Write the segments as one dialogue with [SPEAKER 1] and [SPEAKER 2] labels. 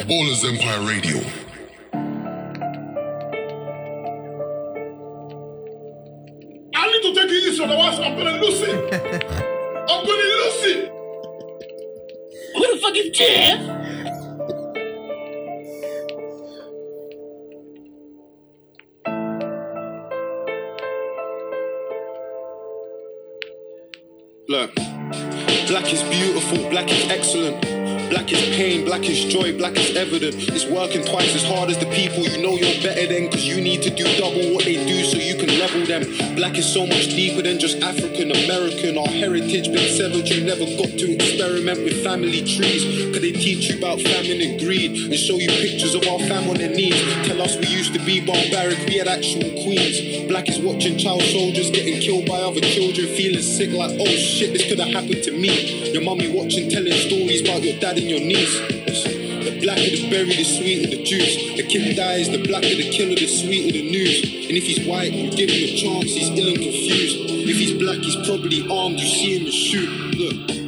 [SPEAKER 1] Ballers Empire Radio.
[SPEAKER 2] I need to take it easy, otherwise I'm gonna lose it. I'm gonna lose it. Who the fuck is Jeff?
[SPEAKER 3] Look, black is beautiful, black is excellent. Black is pain, black is joy, black is evident. It's working twice as hard as the people you know you're better than, cause you need to do double what they do so you can level them. Black is so much deeper than just African American. Our heritage been severed, you never got to experiment with family trees. Cause they teach you about famine and greed and show you pictures of our fam on their knees. Tell us we used to be barbaric, we had actual queens. Black is watching child soldiers getting killed by other children, feeling sick like, oh shit, this could have happened to me. Your mummy watching, telling stories about your dad and your niece. The blacker the berry, the sweeter the juice. The kid dies, the blacker the killer, the sweeter the news. And if he's white, you give him a chance, he's ill and confused. If he's black, he's probably armed, you see him and shoot. Look.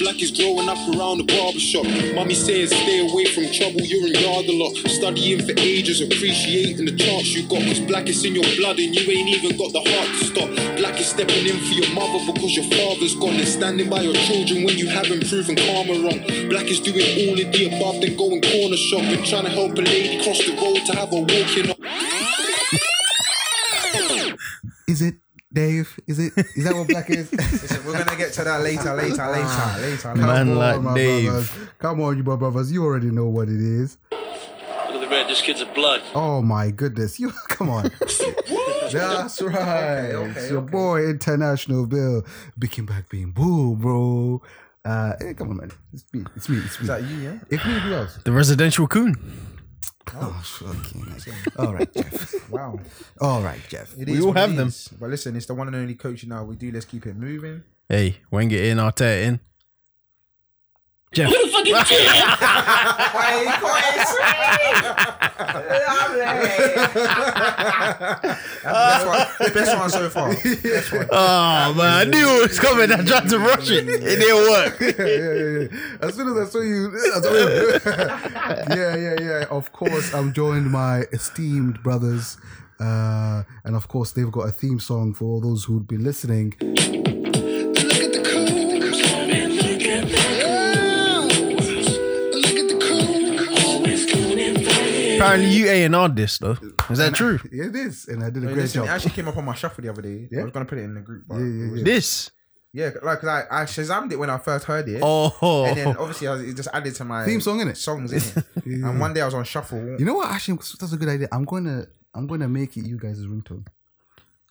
[SPEAKER 3] Black is growing up around the barbershop. Mommy says stay away from trouble, you're in yard a lot. Studying for ages, appreciating the chance you got. Cause black is in your blood and you ain't even got the heart to stop. Black is stepping in for your mother because your father's gone. And standing by your children when you haven't proven karma wrong. Black is doing all of the above, then going corner shopping. Trying to help a lady cross the road to have a walk in.
[SPEAKER 4] Is it Dave? Is it? Is that what black is?
[SPEAKER 5] Listen, we're gonna get to that later, later, later, later. later.
[SPEAKER 6] Man
[SPEAKER 4] Come
[SPEAKER 6] like
[SPEAKER 4] on, my
[SPEAKER 6] Dave.
[SPEAKER 4] brothers. Come on, you my brothers. You already know what it is.
[SPEAKER 7] Look at the red, this kid's a blood.
[SPEAKER 4] Oh my goodness. You come on. That's right.
[SPEAKER 5] okay,
[SPEAKER 4] It's your
[SPEAKER 5] okay.
[SPEAKER 4] boy International Bill. Biking back being boo, bro. Uh, eh, come on, man. It's me. It's me. It's me.
[SPEAKER 5] Is that you, yeah?
[SPEAKER 4] If me, who else?
[SPEAKER 6] The residential coon.
[SPEAKER 4] Oh, fucking. heck. All right, Jeff.
[SPEAKER 5] Wow.
[SPEAKER 4] All right, Jeff.
[SPEAKER 5] It
[SPEAKER 6] We
[SPEAKER 5] is
[SPEAKER 6] all
[SPEAKER 5] what it
[SPEAKER 6] have them.
[SPEAKER 5] is. But listen, it's the one and only coach now. We do. Let's keep it moving.
[SPEAKER 6] Hey, Wenger in, Arteta in. Jeff.
[SPEAKER 5] That's best, one, best one so far. Best one.
[SPEAKER 6] Oh man, I knew it was coming. I tried to rush it. It didn't work.
[SPEAKER 4] yeah, yeah, yeah. As soon as I saw you, I saw you. yeah, yeah, yeah. Of course, I'm joined by esteemed brothers, uh, and of course, they've got a theme song for all those who'd be listening.
[SPEAKER 3] Look at the coons. Look at the
[SPEAKER 6] Apparently, you A and R this though. Is that true?
[SPEAKER 4] It is, and I did a
[SPEAKER 5] Hey,
[SPEAKER 4] great
[SPEAKER 5] listen, it
[SPEAKER 4] job.
[SPEAKER 5] actually came up on my shuffle the other day.
[SPEAKER 4] Yeah?
[SPEAKER 5] I was gonna put it in the group, but
[SPEAKER 4] Yeah, yeah, yeah.
[SPEAKER 6] This.
[SPEAKER 5] yeah, like, like I shazammed it when I first heard it. And then
[SPEAKER 6] Oh.
[SPEAKER 5] obviously I was, it just added to my
[SPEAKER 4] Theme song, innit?
[SPEAKER 5] Songs in it. And one day I was on shuffle.
[SPEAKER 4] You know what? Actually, that's a good idea. I'm gonna, I'm gonna make it you guys' ringtone.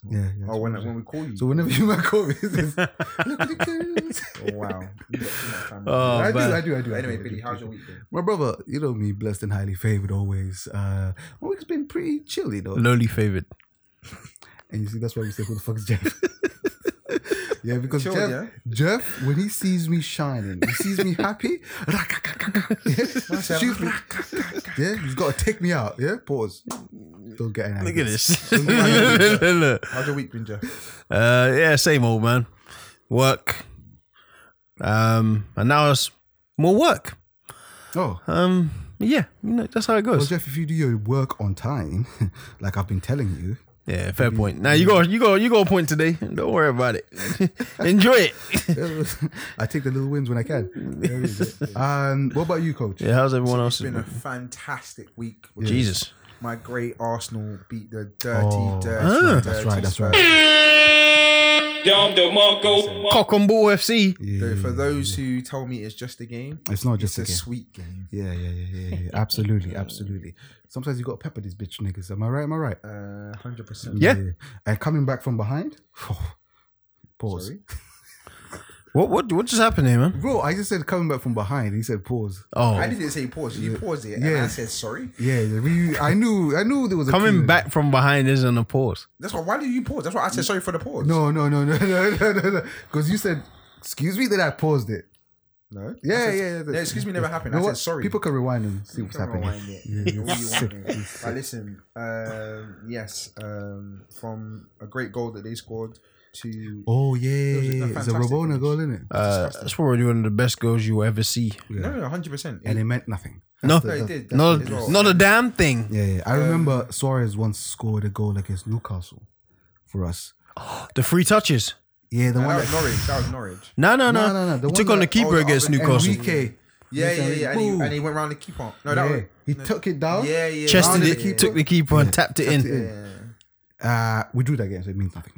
[SPEAKER 4] Yeah, yeah.
[SPEAKER 5] oh, when, when we call you.
[SPEAKER 4] So whenever you make call me, it's just, look at the kids.
[SPEAKER 5] oh, wow. You got too much time.
[SPEAKER 6] Oh,
[SPEAKER 4] I, do,
[SPEAKER 6] man.
[SPEAKER 4] I do, I do, I do. I
[SPEAKER 5] Anyway,
[SPEAKER 4] do,
[SPEAKER 5] Billy,
[SPEAKER 4] I do.
[SPEAKER 5] how's your week been?
[SPEAKER 4] My brother, you know me, blessed and highly favored always. Uh, my week's been pretty chilly though.
[SPEAKER 6] Lowly favored.
[SPEAKER 4] And you see, that's why we say, who the fuck is Jeff? yeah, because
[SPEAKER 5] Chilled,
[SPEAKER 4] Jeff,
[SPEAKER 5] yeah?
[SPEAKER 4] Jeff, when he sees me shining, he sees me happy. Shoot me. yeah, he's got to take me out. Yeah, pause. Don't get angry.
[SPEAKER 6] Look at this. Look.
[SPEAKER 5] How's your week been, Jeff?
[SPEAKER 6] Uh, yeah, same old man. Work. Um, and now it's more work.
[SPEAKER 4] Oh,
[SPEAKER 6] Um, yeah, you know that's how it
[SPEAKER 4] well,
[SPEAKER 6] goes.
[SPEAKER 4] Jeff, if you do your work on time, like I've been telling you,
[SPEAKER 6] Yeah, fair point. Now you go, you go, you go. Point today. Don't worry about it. Enjoy it.
[SPEAKER 4] I take the little wins when I can. um, what about you, coach?
[SPEAKER 6] Yeah, how's everyone
[SPEAKER 5] It's
[SPEAKER 6] else?
[SPEAKER 5] been a fantastic week. with
[SPEAKER 6] Jesus.
[SPEAKER 5] My great Arsenal beat the dirty,
[SPEAKER 4] Oh,
[SPEAKER 5] dirty,
[SPEAKER 6] ah.
[SPEAKER 5] dirty
[SPEAKER 4] That's right, that's
[SPEAKER 5] Spurs.
[SPEAKER 4] right.
[SPEAKER 7] Dom DeMarco.
[SPEAKER 6] Cock on ball FC.
[SPEAKER 4] uh,
[SPEAKER 5] So for those who tell me it's just a game,
[SPEAKER 4] It's not just
[SPEAKER 5] it's a,
[SPEAKER 4] a game.
[SPEAKER 5] sweet game.
[SPEAKER 4] Yeah, yeah, yeah, yeah, yeah. Absolutely, absolutely. Sometimes you got to pepper these bitch niggas. Am I right? Am I right?
[SPEAKER 5] Uh, Hundred percent.
[SPEAKER 6] Yeah.
[SPEAKER 4] And coming back from behind. pause.
[SPEAKER 5] Sorry.
[SPEAKER 6] What what what just happened here, man?
[SPEAKER 4] Bro, I just said coming back from behind. He said pause.
[SPEAKER 6] Oh,
[SPEAKER 5] I didn't say pause. You paused it, and
[SPEAKER 4] Yeah.
[SPEAKER 5] I said sorry.
[SPEAKER 4] Yeah, yeah, we, I knew, I knew there was a
[SPEAKER 6] coming
[SPEAKER 4] cue.
[SPEAKER 6] back from behind isn't a pause.
[SPEAKER 5] That's why. Why did you pause? That's why I said sorry for the pause.
[SPEAKER 4] No, no, no, no, no, no, no, no. Because you said, "Excuse me," then I paused it.
[SPEAKER 5] no. I
[SPEAKER 4] Yeah,
[SPEAKER 5] said-
[SPEAKER 4] yeah, yeah.
[SPEAKER 5] No, excuse me, never happened.
[SPEAKER 4] You
[SPEAKER 5] I
[SPEAKER 4] know
[SPEAKER 5] said
[SPEAKER 4] what?
[SPEAKER 5] sorry.
[SPEAKER 4] People can rewind and see
[SPEAKER 5] You
[SPEAKER 4] what's
[SPEAKER 5] can
[SPEAKER 4] happening.
[SPEAKER 5] rewind it. Do what you want, mate. But listen, um, yes, um, from a great goal that they scored to
[SPEAKER 4] Oh yeah,
[SPEAKER 5] Those are
[SPEAKER 4] it's a
[SPEAKER 5] fantastic
[SPEAKER 4] Rabona
[SPEAKER 5] finish.
[SPEAKER 4] goal, isn't it?
[SPEAKER 6] Uh, that's probably one of the best goals you will ever see.
[SPEAKER 5] no, hundred percent.
[SPEAKER 4] and it meant nothing.
[SPEAKER 6] No,
[SPEAKER 5] No, it did.
[SPEAKER 6] not,
[SPEAKER 5] That's- it's
[SPEAKER 6] not a damn thing.
[SPEAKER 4] Yeah, Um, yeah. I remember Suarez once scored a goal against Newcastle for us.
[SPEAKER 6] The free touches.
[SPEAKER 4] Yeah, the
[SPEAKER 5] That
[SPEAKER 4] one
[SPEAKER 5] was
[SPEAKER 4] that
[SPEAKER 5] Norwich. That was Norwich.
[SPEAKER 6] No, no, no.
[SPEAKER 4] No, no, no, the
[SPEAKER 6] He
[SPEAKER 4] one
[SPEAKER 6] took on the
[SPEAKER 4] that-
[SPEAKER 6] keeper
[SPEAKER 5] oh,
[SPEAKER 6] against
[SPEAKER 5] oh, and
[SPEAKER 6] Newcastle.
[SPEAKER 4] Enrique.
[SPEAKER 5] Yeah, yeah,
[SPEAKER 4] Enrique,
[SPEAKER 5] yeah. And he,
[SPEAKER 4] boom.
[SPEAKER 5] and he went round the keeper. No, that
[SPEAKER 4] Yeah,
[SPEAKER 5] was
[SPEAKER 4] he
[SPEAKER 5] no.
[SPEAKER 4] took it down.
[SPEAKER 5] Yeah, yeah.
[SPEAKER 6] Chested
[SPEAKER 5] rounded
[SPEAKER 6] it,
[SPEAKER 5] the keeper.
[SPEAKER 6] took the keeper and tapped it in.
[SPEAKER 5] Yeah.
[SPEAKER 4] Uh, we drew that game, so it means nothing.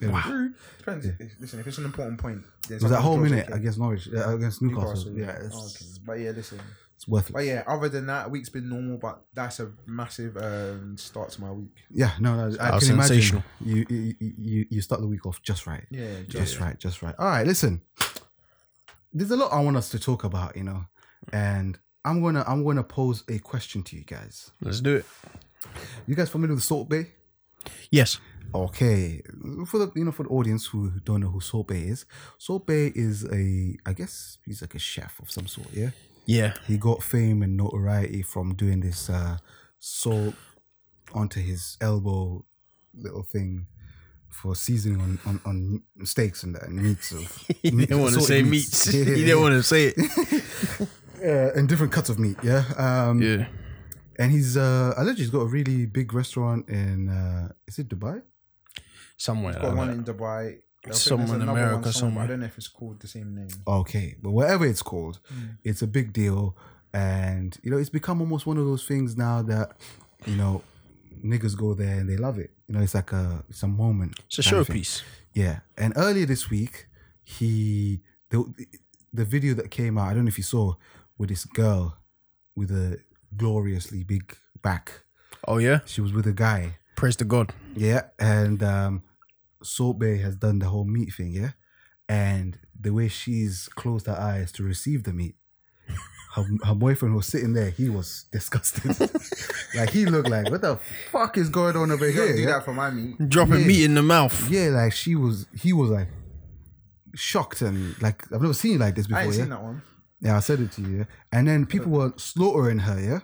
[SPEAKER 5] True. Depends. If- Listen, if it's an important point, then
[SPEAKER 4] It was that
[SPEAKER 5] someone
[SPEAKER 4] whole
[SPEAKER 5] draws
[SPEAKER 4] minute
[SPEAKER 5] it.
[SPEAKER 4] against Norwich, uh, against Newcastle.
[SPEAKER 5] Newcastle,
[SPEAKER 4] Yeah,
[SPEAKER 5] yeah.
[SPEAKER 4] it's,
[SPEAKER 5] Oh, okay. But yeah, listen.
[SPEAKER 4] it's worthless.
[SPEAKER 5] But yeah, other than that, week's been normal, but that's a massive um, start to my week.
[SPEAKER 4] Yeah, no, no I
[SPEAKER 6] was
[SPEAKER 4] can imagine
[SPEAKER 6] sensational.
[SPEAKER 4] you, you you you start the week off just right.
[SPEAKER 5] Yeah,
[SPEAKER 4] just right, just right. All right, listen. There's a lot I want us to talk about, you know, and I'm gonna I'm gonna pose a question to you guys.
[SPEAKER 6] Let's do it.
[SPEAKER 4] You guys familiar with Salt Bay?
[SPEAKER 6] Yes.
[SPEAKER 4] Okay, for the you know for the audience who don't know who Salt Bay is, Salt Bay is a I guess he's like a chef of some sort. Yeah,
[SPEAKER 6] Yeah.
[SPEAKER 4] he got fame and notoriety from doing this uh, salt onto his elbow little thing for seasoning on, on, on steaks and that and meats of
[SPEAKER 6] He didn't want to
[SPEAKER 4] salted
[SPEAKER 6] say meats.
[SPEAKER 4] Yeah,
[SPEAKER 6] he
[SPEAKER 4] yeah,
[SPEAKER 6] didn't
[SPEAKER 4] yeah.
[SPEAKER 6] want to say it.
[SPEAKER 4] Uh, and different cuts of meat. Yeah. Um,
[SPEAKER 6] Yeah.
[SPEAKER 4] And he's uh, allegedly he's got a really big restaurant in uh, is it Dubai?
[SPEAKER 6] Somewhere.
[SPEAKER 5] Got
[SPEAKER 6] like
[SPEAKER 5] one
[SPEAKER 6] that.
[SPEAKER 5] in Dubai. I think
[SPEAKER 6] Somewhere
[SPEAKER 5] there's
[SPEAKER 6] in
[SPEAKER 5] another
[SPEAKER 6] America,
[SPEAKER 5] but
[SPEAKER 6] somewhere.
[SPEAKER 5] I don't know if it's called the same name.
[SPEAKER 4] Okay, but whatever it's called,
[SPEAKER 6] Mm.
[SPEAKER 4] it's a big deal, and you know it's become almost one of those things now that you know niggas go there and they love it. You know, it's like a it's a moment.
[SPEAKER 6] It's a
[SPEAKER 4] kind of thing.
[SPEAKER 6] showpiece.
[SPEAKER 4] Yeah, and earlier this week, he the the video that came out. I don't know if you saw with this girl with a gloriously big back.
[SPEAKER 6] Oh, yeah?
[SPEAKER 4] She was with a guy.
[SPEAKER 6] Praise to God.
[SPEAKER 4] Yeah, and um, Salt Bay has done the whole meat thing, yeah, and the way she's closed her eyes to receive the meat. Her, her boyfriend was sitting there. He was disgusted. like he looked like, what the fuck is going on over
[SPEAKER 5] You don't
[SPEAKER 4] here?
[SPEAKER 5] do
[SPEAKER 4] yeah?
[SPEAKER 5] that for my meat.
[SPEAKER 6] Dropping
[SPEAKER 4] Yeah.
[SPEAKER 6] meat in the mouth.
[SPEAKER 4] Yeah, like she was. He was like shocked and like I've never seen you like this before.
[SPEAKER 5] I ain't
[SPEAKER 4] Yeah,
[SPEAKER 5] seen that one.
[SPEAKER 4] yeah, I said it to you. Yeah? And then people were slaughtering her. Yeah,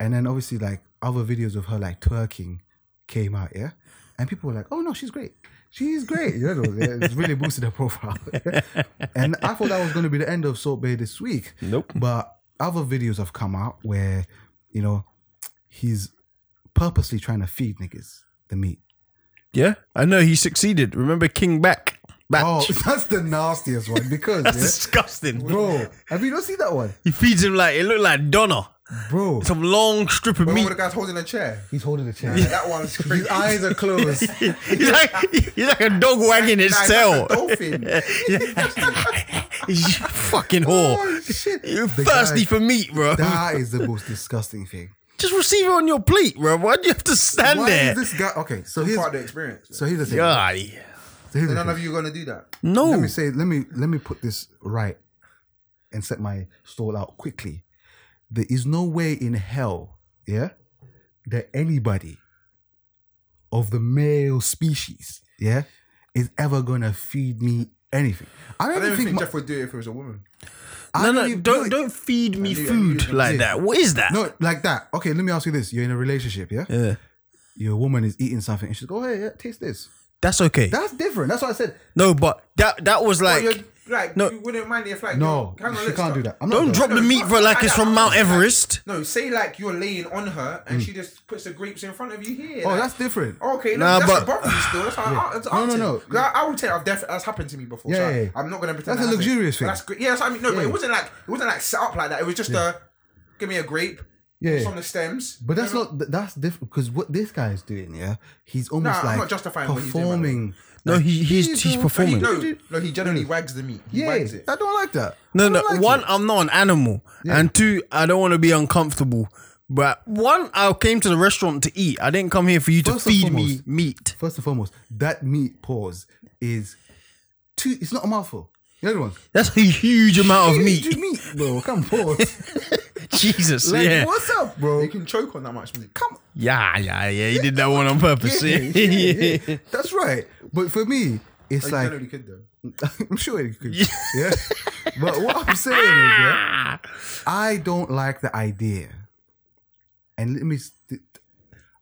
[SPEAKER 4] and then obviously like other videos of her like twerking came out. Yeah, and people were like, "Oh no, she's great. She's great." You know, it's really boosted her profile. and I thought that was going to be the end of Salt Bay this week.
[SPEAKER 6] Nope.
[SPEAKER 4] But other videos have come out where, you know, he's purposely trying to feed niggas the meat.
[SPEAKER 6] Yeah. I know he succeeded. Remember King Back? Back.
[SPEAKER 4] Oh, that's the nastiest one because
[SPEAKER 6] That's
[SPEAKER 4] yeah,
[SPEAKER 6] disgusting.
[SPEAKER 4] bro, have you not seen that one,
[SPEAKER 6] He feeds him like, it looked like Donna.
[SPEAKER 4] bro?
[SPEAKER 6] Some long strip of
[SPEAKER 5] But
[SPEAKER 6] meat.
[SPEAKER 5] the guy's holding a chair.
[SPEAKER 4] He's holding the chair.
[SPEAKER 5] That one's crazy.
[SPEAKER 4] His eyes are closed.
[SPEAKER 6] He's like, he's like a dog wagging his
[SPEAKER 5] Nah, it's
[SPEAKER 6] tail.
[SPEAKER 5] like a dolphin.
[SPEAKER 6] He's just fucking whore.
[SPEAKER 4] Oh, shit.
[SPEAKER 6] You're
[SPEAKER 4] The
[SPEAKER 6] thirsty
[SPEAKER 4] guy-
[SPEAKER 6] for meat, bro.
[SPEAKER 4] That is the most disgusting thing.
[SPEAKER 6] Just receive it on your plate, bro. Why do you have to stand
[SPEAKER 4] Why
[SPEAKER 6] there?
[SPEAKER 4] is this guy? Okay, so
[SPEAKER 5] It's
[SPEAKER 4] here's
[SPEAKER 5] part of the experience.
[SPEAKER 4] so here's the thing.
[SPEAKER 6] God.
[SPEAKER 4] So here's the
[SPEAKER 5] None
[SPEAKER 4] thing.
[SPEAKER 5] of you are gonna do that.
[SPEAKER 6] No.
[SPEAKER 4] Let me say. Let me let me put this right, and set my stall out quickly. There is no way in hell, yeah, that anybody of the male species, yeah, is ever gonna feed me anything. I don't,
[SPEAKER 5] I
[SPEAKER 4] even
[SPEAKER 5] don't
[SPEAKER 4] think
[SPEAKER 5] think
[SPEAKER 4] my-
[SPEAKER 5] Jeff would do it if it was a woman.
[SPEAKER 4] I
[SPEAKER 6] no, no,
[SPEAKER 4] even-
[SPEAKER 6] don't don't feed me
[SPEAKER 5] knew- I knew
[SPEAKER 6] food
[SPEAKER 5] you-
[SPEAKER 6] like that. What is that?
[SPEAKER 4] No, like that. Okay, let me ask you this: You're in a relationship, yeah?
[SPEAKER 6] Yeah.
[SPEAKER 4] Your woman is eating something, and she's go, "Hey, yeah, taste this."
[SPEAKER 6] That's okay.
[SPEAKER 4] That's different. That's what I said.
[SPEAKER 6] no, but that that was
[SPEAKER 5] But
[SPEAKER 6] like
[SPEAKER 5] you're, like
[SPEAKER 6] no.
[SPEAKER 5] you wouldn't mind if like
[SPEAKER 4] No,
[SPEAKER 5] yo, hang on,
[SPEAKER 4] she can't
[SPEAKER 5] let's stop.
[SPEAKER 4] do that. I'm not
[SPEAKER 6] don't
[SPEAKER 4] doing
[SPEAKER 6] drop
[SPEAKER 4] that.
[SPEAKER 6] the
[SPEAKER 5] No,
[SPEAKER 6] meat,
[SPEAKER 5] it's
[SPEAKER 6] bro,
[SPEAKER 5] not
[SPEAKER 6] like
[SPEAKER 5] like
[SPEAKER 6] it's
[SPEAKER 5] that.
[SPEAKER 6] from Mount
[SPEAKER 5] It's like-
[SPEAKER 6] Everest.
[SPEAKER 5] No, say like you're laying on her and she just puts the grapes in front of you here.
[SPEAKER 4] Mm. Oh,
[SPEAKER 5] like,
[SPEAKER 4] that's different.
[SPEAKER 5] Okay, look,
[SPEAKER 6] Nah,
[SPEAKER 5] that's
[SPEAKER 6] but-
[SPEAKER 5] above you still. That's how I, that's
[SPEAKER 4] No, no, no.
[SPEAKER 5] no. I, I will tell you, I've def- that's happened to me before.
[SPEAKER 4] Yeah,
[SPEAKER 5] so
[SPEAKER 4] yeah, yeah.
[SPEAKER 5] I, am not gonna pretend
[SPEAKER 4] That's
[SPEAKER 5] that
[SPEAKER 4] a luxurious
[SPEAKER 5] hasn't.
[SPEAKER 4] thing.
[SPEAKER 5] That's great. Yeah, that's what I mean, no, but
[SPEAKER 4] Yeah.
[SPEAKER 5] it wasn't like it wasn't like set up like that. It was just a give me a grape.
[SPEAKER 4] Yeah,
[SPEAKER 5] it's
[SPEAKER 4] yeah.
[SPEAKER 5] on the stems.
[SPEAKER 4] But that's
[SPEAKER 5] No, no.
[SPEAKER 4] not th- that's different because what this guy is doing, yeah, he's
[SPEAKER 5] Nah,
[SPEAKER 4] almost
[SPEAKER 5] I'm
[SPEAKER 4] like
[SPEAKER 5] not justifying what he's doing, by the way.
[SPEAKER 4] performing.
[SPEAKER 6] No, he, he's
[SPEAKER 4] Jesus.
[SPEAKER 6] he's performing.
[SPEAKER 5] No, he, no, no, he generally wags the meat. He
[SPEAKER 4] Mm. Yeah,
[SPEAKER 5] wags it.
[SPEAKER 4] I don't like that.
[SPEAKER 6] No,
[SPEAKER 4] I
[SPEAKER 6] no.
[SPEAKER 4] don't like
[SPEAKER 6] one,
[SPEAKER 4] it.
[SPEAKER 6] I'm not an animal, and two, I don't want to be uncomfortable. But one, I came to the restaurant to eat. I didn't come here for you to
[SPEAKER 4] First and
[SPEAKER 6] feed me
[SPEAKER 4] foremost-
[SPEAKER 6] meat.
[SPEAKER 4] First and foremost, that meat pause is too. It's not a mouthful. The other one,
[SPEAKER 6] That's a huge amount of
[SPEAKER 4] Huge
[SPEAKER 6] meat.
[SPEAKER 4] meat, bro. Come pause.
[SPEAKER 6] Jesus,
[SPEAKER 4] Like,
[SPEAKER 6] yeah,
[SPEAKER 4] what's up, bro?
[SPEAKER 5] You can choke on that much meat.
[SPEAKER 4] Come
[SPEAKER 6] yeah, yeah, yeah. He did that one on purpose.
[SPEAKER 4] Yeah,
[SPEAKER 6] Yeah,
[SPEAKER 4] yeah, yeah. That's right. But for me, it's
[SPEAKER 5] He
[SPEAKER 4] like
[SPEAKER 5] generally could though.
[SPEAKER 4] I'm sure it could. Yeah. But what I'm saying is, yeah, I don't like the idea. And let me, st-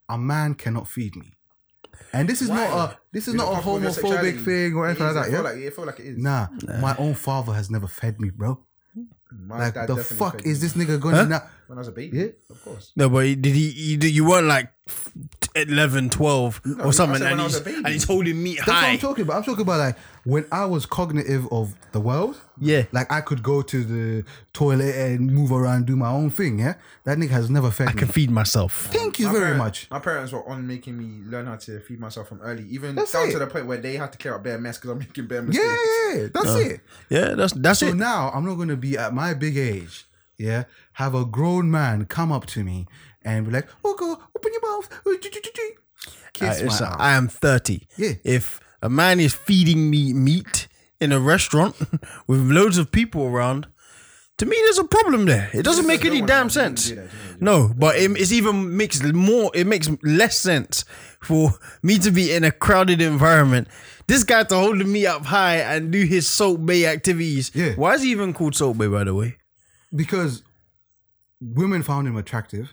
[SPEAKER 4] a man cannot feed me. And this is
[SPEAKER 5] Why?
[SPEAKER 4] not a this is
[SPEAKER 5] You're
[SPEAKER 4] not, a
[SPEAKER 5] comfortable with your
[SPEAKER 4] homophobic
[SPEAKER 5] sexuality.
[SPEAKER 4] thing or
[SPEAKER 5] It
[SPEAKER 4] anything
[SPEAKER 5] is,
[SPEAKER 4] like that.
[SPEAKER 5] I
[SPEAKER 4] Yeah.
[SPEAKER 5] feel like, yeah, I feel like it is.
[SPEAKER 4] nah, my own father has never fed me, bro.
[SPEAKER 5] My
[SPEAKER 4] Like
[SPEAKER 5] dad
[SPEAKER 4] the
[SPEAKER 5] definitely
[SPEAKER 4] fuck
[SPEAKER 5] fed
[SPEAKER 4] is
[SPEAKER 5] me
[SPEAKER 4] this nigga going
[SPEAKER 6] Huh?
[SPEAKER 4] to now?
[SPEAKER 5] When I was a baby,
[SPEAKER 4] Yeah.
[SPEAKER 5] of course.
[SPEAKER 6] No, but he- did he? You, you weren't like 11, 12
[SPEAKER 5] I
[SPEAKER 6] or something, and
[SPEAKER 5] said when I was
[SPEAKER 6] he's,
[SPEAKER 5] a baby.
[SPEAKER 6] and he's holding me
[SPEAKER 4] That's what
[SPEAKER 6] high.
[SPEAKER 4] I'm talking about. I'm talking about like when I was cognitive of the world.
[SPEAKER 6] Yeah.
[SPEAKER 4] Like I could go to the toilet and move around, do my own thing. Yeah. That nigga has never fed
[SPEAKER 6] I
[SPEAKER 4] me.
[SPEAKER 6] can feed myself.
[SPEAKER 4] Thank you
[SPEAKER 5] My
[SPEAKER 4] very
[SPEAKER 5] parent-
[SPEAKER 4] much.
[SPEAKER 5] My parents were on making me learn how to feed myself from early, even
[SPEAKER 4] That's
[SPEAKER 5] down
[SPEAKER 4] it.
[SPEAKER 5] to the point where they had to clear up their mess because I'm making bare mistakes.
[SPEAKER 4] Yeah, yeah, yeah.
[SPEAKER 6] Uh.
[SPEAKER 4] That's it.
[SPEAKER 6] Yeah, that's that's
[SPEAKER 4] So
[SPEAKER 6] it.
[SPEAKER 4] now I'm not going to be at my big age, yeah, have a grown man come up to me and be like, oh, go, open your mouth. uh, do, do, do, do." Kiss
[SPEAKER 6] Uh, it's-
[SPEAKER 4] my
[SPEAKER 6] I am thirty.
[SPEAKER 4] Yeah.
[SPEAKER 6] If a man is feeding me meat in a restaurant with loads of people around, to me there's a problem there. It doesn't make any damn sense. No, but it, it's even makes more. It makes less sense for me to be in a crowded environment. This guy to hold me up high and do his salt bay activities.
[SPEAKER 4] Yeah.
[SPEAKER 6] Why is he even called salt bay? By the way.
[SPEAKER 4] Because women found him attractive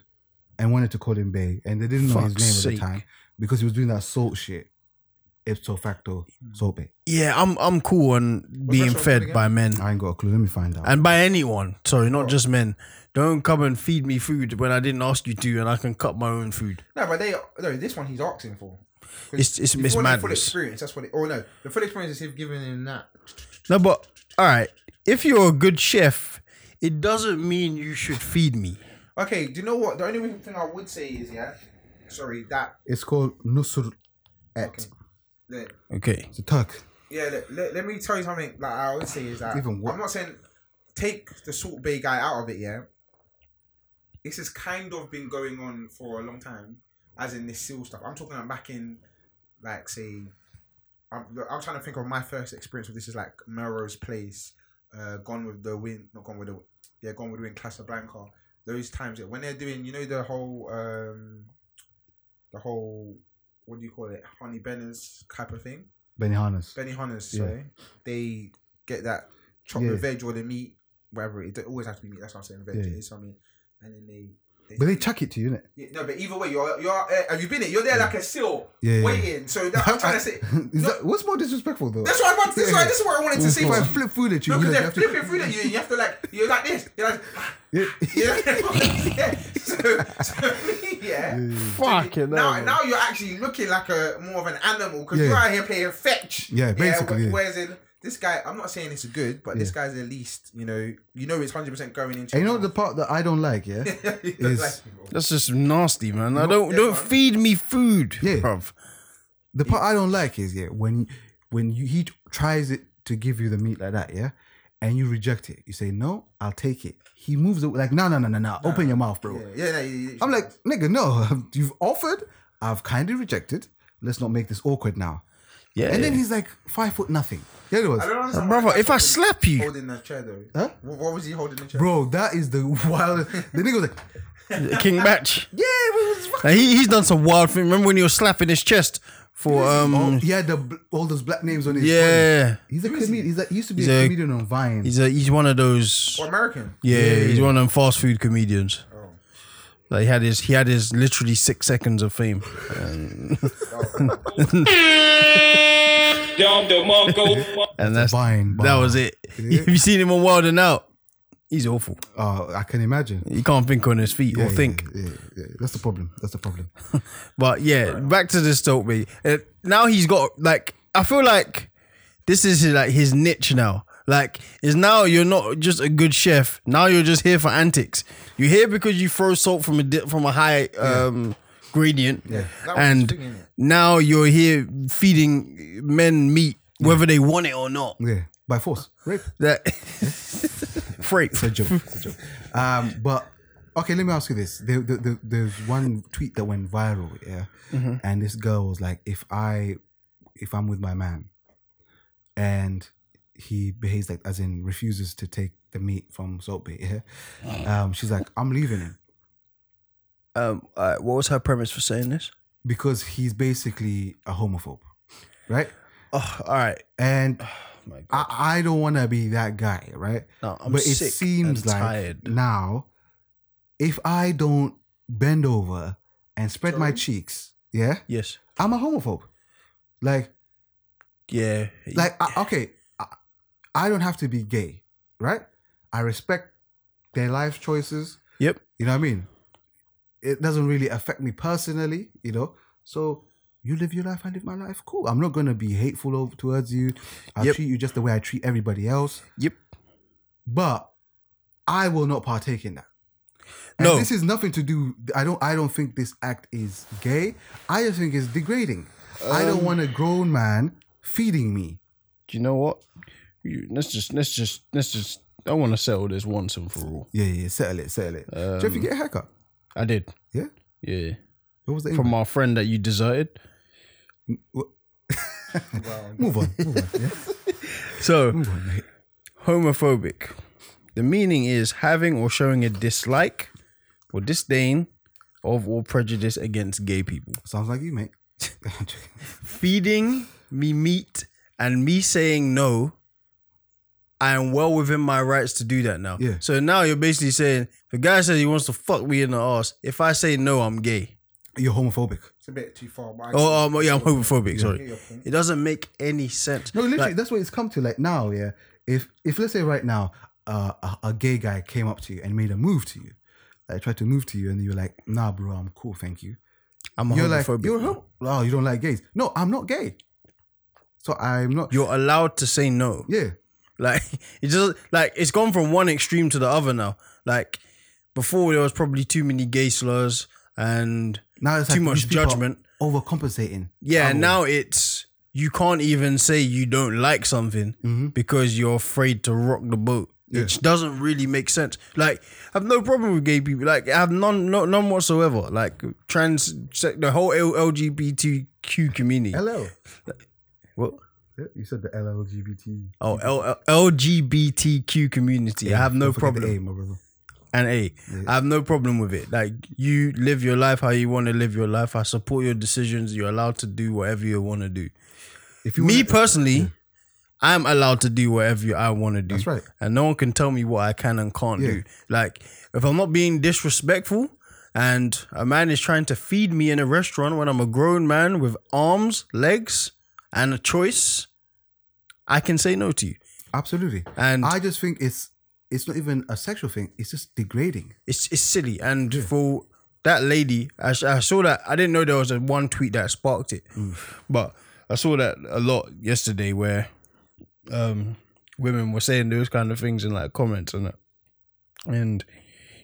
[SPEAKER 4] and wanted to call him Bay, and they didn't know his
[SPEAKER 6] Fuck's
[SPEAKER 4] name at
[SPEAKER 6] sake.
[SPEAKER 4] the time because he was doing that salt shit. Ipso facto,
[SPEAKER 6] Mm.
[SPEAKER 4] salt Bay.
[SPEAKER 6] Yeah, I'm I'm cool on being
[SPEAKER 5] restaurant
[SPEAKER 6] fed
[SPEAKER 5] again?
[SPEAKER 6] by men.
[SPEAKER 4] I ain't got a clue. Let me find out.
[SPEAKER 6] and by anyone. Sorry, not just men. Don't come and feed me food when I didn't ask you to, and I can cut my own food.
[SPEAKER 5] No, but they no. This one he's asking for. 'Cause
[SPEAKER 6] It's- it's-
[SPEAKER 5] before
[SPEAKER 6] it's
[SPEAKER 5] the Full
[SPEAKER 6] madness.
[SPEAKER 5] experience. That's what. It, oh no, the full experience is him giving him that.
[SPEAKER 6] No, but all right. If you're a good chef, it doesn't mean you should feed me.
[SPEAKER 5] Okay, do you know what? The only thing I would say is yeah. Sorry, that.
[SPEAKER 4] it's called Nusr Et.
[SPEAKER 5] that-
[SPEAKER 6] Okay.
[SPEAKER 4] It's a Turk.
[SPEAKER 5] yeah, let, let, let me tell you something. Like I would say is that
[SPEAKER 4] Even what-
[SPEAKER 5] I'm not saying take the Salt Bay guy out of it. Yeah, this has kind of been going on for a long time, as in this seal stuff. I'm talking about back in, like, say, I'm, I'm trying to think of my first experience with this is like Melrose Place, uh, Gone with the Wind, not Gone with the, yeah, Gone with the Wind, Casablanca. Those times when they're doing, you know, the whole, um, the whole, what do you call it, honey benners type of thing.
[SPEAKER 4] Benny Hannes.
[SPEAKER 5] Benny Hannes,
[SPEAKER 4] Yeah.
[SPEAKER 5] so they get that chopped
[SPEAKER 4] Yeah.
[SPEAKER 5] with veg or the meat, whatever it is. It always has to be meat. That's what I'm saying. Veg
[SPEAKER 4] Yeah.
[SPEAKER 5] it is something, and then they.
[SPEAKER 4] But they chuck it to you, innit?
[SPEAKER 5] Yeah, no, but either way, you're you're uh, have you been it? You're there like a seal,
[SPEAKER 4] Yeah, yeah.
[SPEAKER 5] waiting. So that, I'm trying to say.
[SPEAKER 4] Is
[SPEAKER 5] No.
[SPEAKER 4] that- what's more disrespectful though?
[SPEAKER 5] That's what I wanted. This, is what- this is what I wanted to say.
[SPEAKER 4] if I
[SPEAKER 5] to you.
[SPEAKER 4] flip food at you,
[SPEAKER 5] No,
[SPEAKER 4] you
[SPEAKER 5] because
[SPEAKER 4] know,
[SPEAKER 5] they're
[SPEAKER 4] you have
[SPEAKER 5] flipping through that you, and you have to like you're like this. You're like,
[SPEAKER 4] Yeah.
[SPEAKER 5] yeah. yeah. So, so yeah.
[SPEAKER 6] Fucking
[SPEAKER 5] Now, now you're actually looking like a more of an animal because
[SPEAKER 4] Yeah.
[SPEAKER 5] you're out here playing fetch.
[SPEAKER 4] Yeah, basically,
[SPEAKER 5] wh-
[SPEAKER 4] yeah.
[SPEAKER 5] Whereas in this guy, I'm not saying it's good, but this
[SPEAKER 4] Yeah.
[SPEAKER 5] guy's at least you know you know it's hundred percent going into.
[SPEAKER 4] And you know the
[SPEAKER 5] your
[SPEAKER 4] part that I don't like, yeah?
[SPEAKER 5] mouth. He
[SPEAKER 4] is-
[SPEAKER 5] does like people.
[SPEAKER 6] That's just nasty, man. I don't
[SPEAKER 5] yeah,
[SPEAKER 6] don't
[SPEAKER 5] man.
[SPEAKER 6] feed me food,
[SPEAKER 4] Yeah.
[SPEAKER 6] bruv.
[SPEAKER 4] the part I don't like is yeah, when when you he tries it to give you the meat like that, yeah, and you reject it. You say, No, I'll take it. He moves away like no no no no no, open your mouth, bro.
[SPEAKER 5] yeah, yeah, no, yeah, yeah.
[SPEAKER 4] I'm like, nigga, no, you've offered, I've kindly rejected. Let's not make this awkward now.
[SPEAKER 6] Yeah.
[SPEAKER 4] And then he's like five foot nothing. Yeah, it was.
[SPEAKER 5] I don't understand why
[SPEAKER 6] uh, brother,
[SPEAKER 5] the
[SPEAKER 6] if I
[SPEAKER 5] guy's
[SPEAKER 6] slap you,
[SPEAKER 5] holding the chair though,
[SPEAKER 4] Huh?
[SPEAKER 5] what, what was he holding the chair?
[SPEAKER 4] Bro, that is the wildest. The nigga was like,
[SPEAKER 6] King Batch.
[SPEAKER 4] yeah, it was fucking.
[SPEAKER 6] Now, he, he's done some wild thing. Remember when he was slapping his chest for um?
[SPEAKER 4] he had the, bl- all those black names on his. body.
[SPEAKER 6] Yeah.
[SPEAKER 4] He's a comedian. He's a, he used to be
[SPEAKER 6] He's
[SPEAKER 4] a,
[SPEAKER 6] a-
[SPEAKER 4] comedian on Vine.
[SPEAKER 6] He's a he's one of those.
[SPEAKER 5] Or American.
[SPEAKER 6] Yeah, he's one of them fast food comedians.
[SPEAKER 4] Oh.
[SPEAKER 6] Like he had his he had his literally six seconds of fame.
[SPEAKER 7] Dom DeMarco.
[SPEAKER 6] And that's
[SPEAKER 4] Vine,
[SPEAKER 6] that
[SPEAKER 4] Vine.
[SPEAKER 6] was it. If you seen him on Wild and Out, he's awful.
[SPEAKER 4] Uh, I can imagine.
[SPEAKER 6] He can't think on his feet or
[SPEAKER 4] Yeah,
[SPEAKER 6] think.
[SPEAKER 4] yeah, yeah, yeah. That's the problem. That's the problem.
[SPEAKER 6] But yeah, back to the Stoke me. Uh, now he's got like I feel like this is his, like his niche now. Like is now you're not just a good chef. Now you're just here for antics. You're here because you throw salt from a di- from a high um gradient.
[SPEAKER 5] that was
[SPEAKER 6] And
[SPEAKER 5] the thing, innit?
[SPEAKER 6] now you're here feeding men meat whether they want it or not.
[SPEAKER 4] Yeah, by force, rape.
[SPEAKER 6] That freight.
[SPEAKER 4] It's a joke. It's a joke. Um, but okay, let me ask you this. There, there, there, there's one tweet that went viral, yeah, and this girl was like, "If I, if I'm with my man, and he behaves like, as in refuses to take the meat from Salt Bay, yeah, um, she's like, I'm leaving him
[SPEAKER 6] Um uh, what was her premise for saying this?
[SPEAKER 4] because he's basically a homophobe, right?
[SPEAKER 6] Oh, all right.
[SPEAKER 4] And
[SPEAKER 6] Oh my God.
[SPEAKER 4] I, I don't want to be that guy, right?
[SPEAKER 6] No, I'm
[SPEAKER 4] Ah, but
[SPEAKER 6] sick
[SPEAKER 4] it seems
[SPEAKER 6] and
[SPEAKER 4] like
[SPEAKER 6] tired.
[SPEAKER 4] now, if I don't bend over and spread my
[SPEAKER 5] Sorry?
[SPEAKER 4] cheeks, yeah,
[SPEAKER 6] Yes.
[SPEAKER 4] I'm a homophobe. Like,
[SPEAKER 6] Yeah.
[SPEAKER 4] like I, okay, I, I don't have to be gay, right? I respect their life choices.
[SPEAKER 6] Yep.
[SPEAKER 4] You know what I mean? It doesn't really affect me personally, you know. So you live your life, I live my life. Cool. I'm not gonna be hateful over, towards you. I
[SPEAKER 6] Yep.
[SPEAKER 4] treat you just the way I treat everybody else.
[SPEAKER 6] Yep.
[SPEAKER 4] But I will not partake in that. And
[SPEAKER 6] No.
[SPEAKER 4] this is nothing to do. I don't. I don't think this act is gay. I just think it's degrading. I
[SPEAKER 6] Um,
[SPEAKER 4] don't want a grown man feeding me.
[SPEAKER 6] Do you know what? You, let's just let's just let's just. I want to settle this once and for all.
[SPEAKER 4] Yeah, yeah, settle it, settle it.
[SPEAKER 6] Um,
[SPEAKER 4] Jeff, you get a haircut.
[SPEAKER 6] I did.
[SPEAKER 4] Yeah.
[SPEAKER 6] Yeah.
[SPEAKER 4] What was the
[SPEAKER 6] From our friend that you deserted.
[SPEAKER 4] move on? Move on. Yeah.
[SPEAKER 6] So, homophobic. The meaning is having or showing a dislike or disdain of or prejudice against gay people.
[SPEAKER 4] Sounds like you, mate.
[SPEAKER 6] Feeding me meat and me saying no, I am well within my rights to do that now.
[SPEAKER 4] Yeah.
[SPEAKER 6] So now you're basically saying if a guy says he wants to fuck me in the ass, if I say no, I'm gay.
[SPEAKER 4] You're homophobic.
[SPEAKER 5] It's a bit too far. But I
[SPEAKER 6] Oh, um, yeah, I'm homophobic.
[SPEAKER 5] Yeah,
[SPEAKER 6] Sorry.
[SPEAKER 5] your point.
[SPEAKER 6] It doesn't make any sense.
[SPEAKER 4] No, literally,
[SPEAKER 6] Like,
[SPEAKER 4] that's what it's come to. Like now, yeah. If if let's say right now, uh, a, a gay guy came up to you and made a move to you, like tried to move to you, and you're like, Nah, bro, I'm cool, thank you.
[SPEAKER 6] I'm a
[SPEAKER 4] you're like,
[SPEAKER 6] homophobic.
[SPEAKER 4] you're
[SPEAKER 6] now.
[SPEAKER 4] hom- oh, you don't like gays. No, I'm not gay. So I'm not.
[SPEAKER 6] you're allowed to say no.
[SPEAKER 4] yeah,
[SPEAKER 6] Like it just like it's gone from one extreme to the other now. Like before there was probably too many gay slurs and
[SPEAKER 4] now it's
[SPEAKER 6] Too
[SPEAKER 4] like
[SPEAKER 6] much
[SPEAKER 4] these people are
[SPEAKER 6] judgment.
[SPEAKER 4] overcompensating.
[SPEAKER 6] yeah,
[SPEAKER 4] Double.
[SPEAKER 6] and now it's you can't even say you don't like something
[SPEAKER 4] Mm-hmm.
[SPEAKER 6] because you're afraid to rock the boat. Which doesn't really make sense. Like, I have no problem with gay people. Like, I have none, no, none whatsoever. Like, trans, the whole L- LGBTQ community.
[SPEAKER 4] Hello.
[SPEAKER 6] What?
[SPEAKER 4] Yeah, You said the LLGBT.
[SPEAKER 6] Oh, L- L- LGBTQ community. I have no
[SPEAKER 4] Don't forget the
[SPEAKER 6] problem.
[SPEAKER 4] A, my brother.
[SPEAKER 6] and hey, I have no problem with it. Like you live your life how you want to live your life. I support your decisions. You're allowed to do whatever you want to do.
[SPEAKER 4] If
[SPEAKER 6] Me
[SPEAKER 4] wanna-
[SPEAKER 6] personally, I'm allowed to do whatever you- I want to do.
[SPEAKER 4] That's right.
[SPEAKER 6] And no one can tell me what I can and can't
[SPEAKER 4] Yeah.
[SPEAKER 6] do. Like if I'm not being disrespectful and a man is trying to feed me in a restaurant when I'm a grown man with arms, legs, and a choice, I can say no to you.
[SPEAKER 4] Absolutely.
[SPEAKER 6] And
[SPEAKER 4] I just think it's it's not even a sexual thing. It's just degrading.
[SPEAKER 6] It's it's silly. And for that lady, I, s- I saw that. I didn't know there was a one tweet that sparked it, but I saw that a lot yesterday where um, women were saying those kind of things in like comments and that. And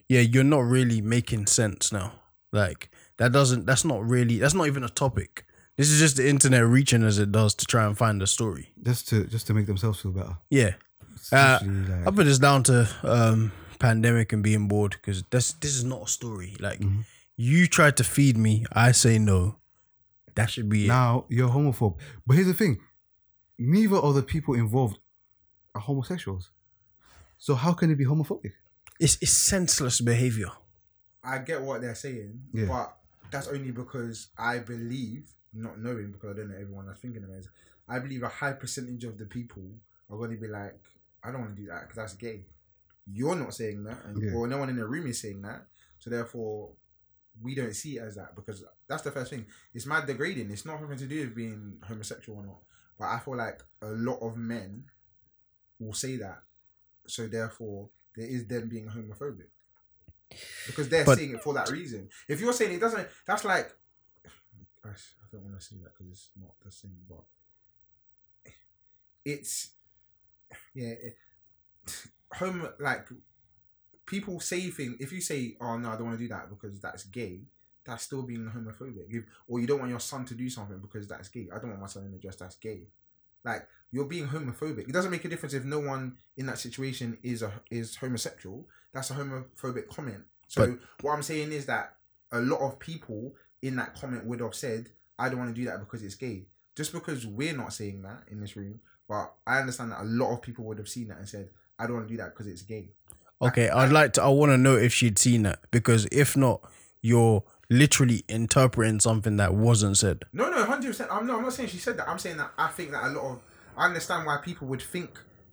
[SPEAKER 6] yeah, you're not really making sense now. Like that doesn't. That's not really. That's not even a topic. This is just the internet reaching as it does to try and find a story.
[SPEAKER 4] Just to just to make themselves feel better.
[SPEAKER 6] Yeah.
[SPEAKER 4] It's
[SPEAKER 6] Uh,
[SPEAKER 4] literally like-
[SPEAKER 6] I put this down to um, pandemic and being bored because this this is not a story. Like
[SPEAKER 4] Mm-hmm.
[SPEAKER 6] you tried to feed me, I say no. That should be it.
[SPEAKER 4] now you're homophobe. But here's the thing: neither of the people involved are homosexuals. So how can it be homophobic?
[SPEAKER 6] It's, it's senseless behavior.
[SPEAKER 5] I get what they're saying,
[SPEAKER 4] Yeah.
[SPEAKER 5] but that's only because I believe, not knowing because I don't know everyone that's thinking about it, I believe a high percentage of the people are going to be like, I don't want to do that because that's gay. You're not saying that, and,
[SPEAKER 4] Yeah.
[SPEAKER 5] or no one in the room is saying that. So therefore, we don't see it as that because that's the first thing. It's mad degrading. It's not having to do with being homosexual or not. But I feel like a lot of men will say that. So therefore, there is them being homophobic because they're
[SPEAKER 6] But-
[SPEAKER 5] saying it for that reason. If you're saying it doesn't, that's like, gosh, I don't want to say that because it's not the same. But it's yeah, it, home like people say things. If you say, "Oh no, I don't want to do that because that's gay," that's still being homophobic. If, or you don't want your son to do something because that's gay. I don't want my son in a dress that's gay. Like you're being homophobic. It doesn't make a difference if no one in that situation is a is homosexual. That's a homophobic comment. So what I'm saying is that a lot of people in that comment would have said, "I don't want to do that because it's gay." Just because we're not saying that in this room, but I understand that a lot of people would have seen that and said, "I don't want to do that because it's gay."
[SPEAKER 6] Okay, I'd like to. I want to know if she'd seen that because if not, you're literally interpreting something that wasn't said.
[SPEAKER 5] No, no, hundred percent. I'm no, I'm not saying she said that. I'm saying that I think that a lot of I understand why people would think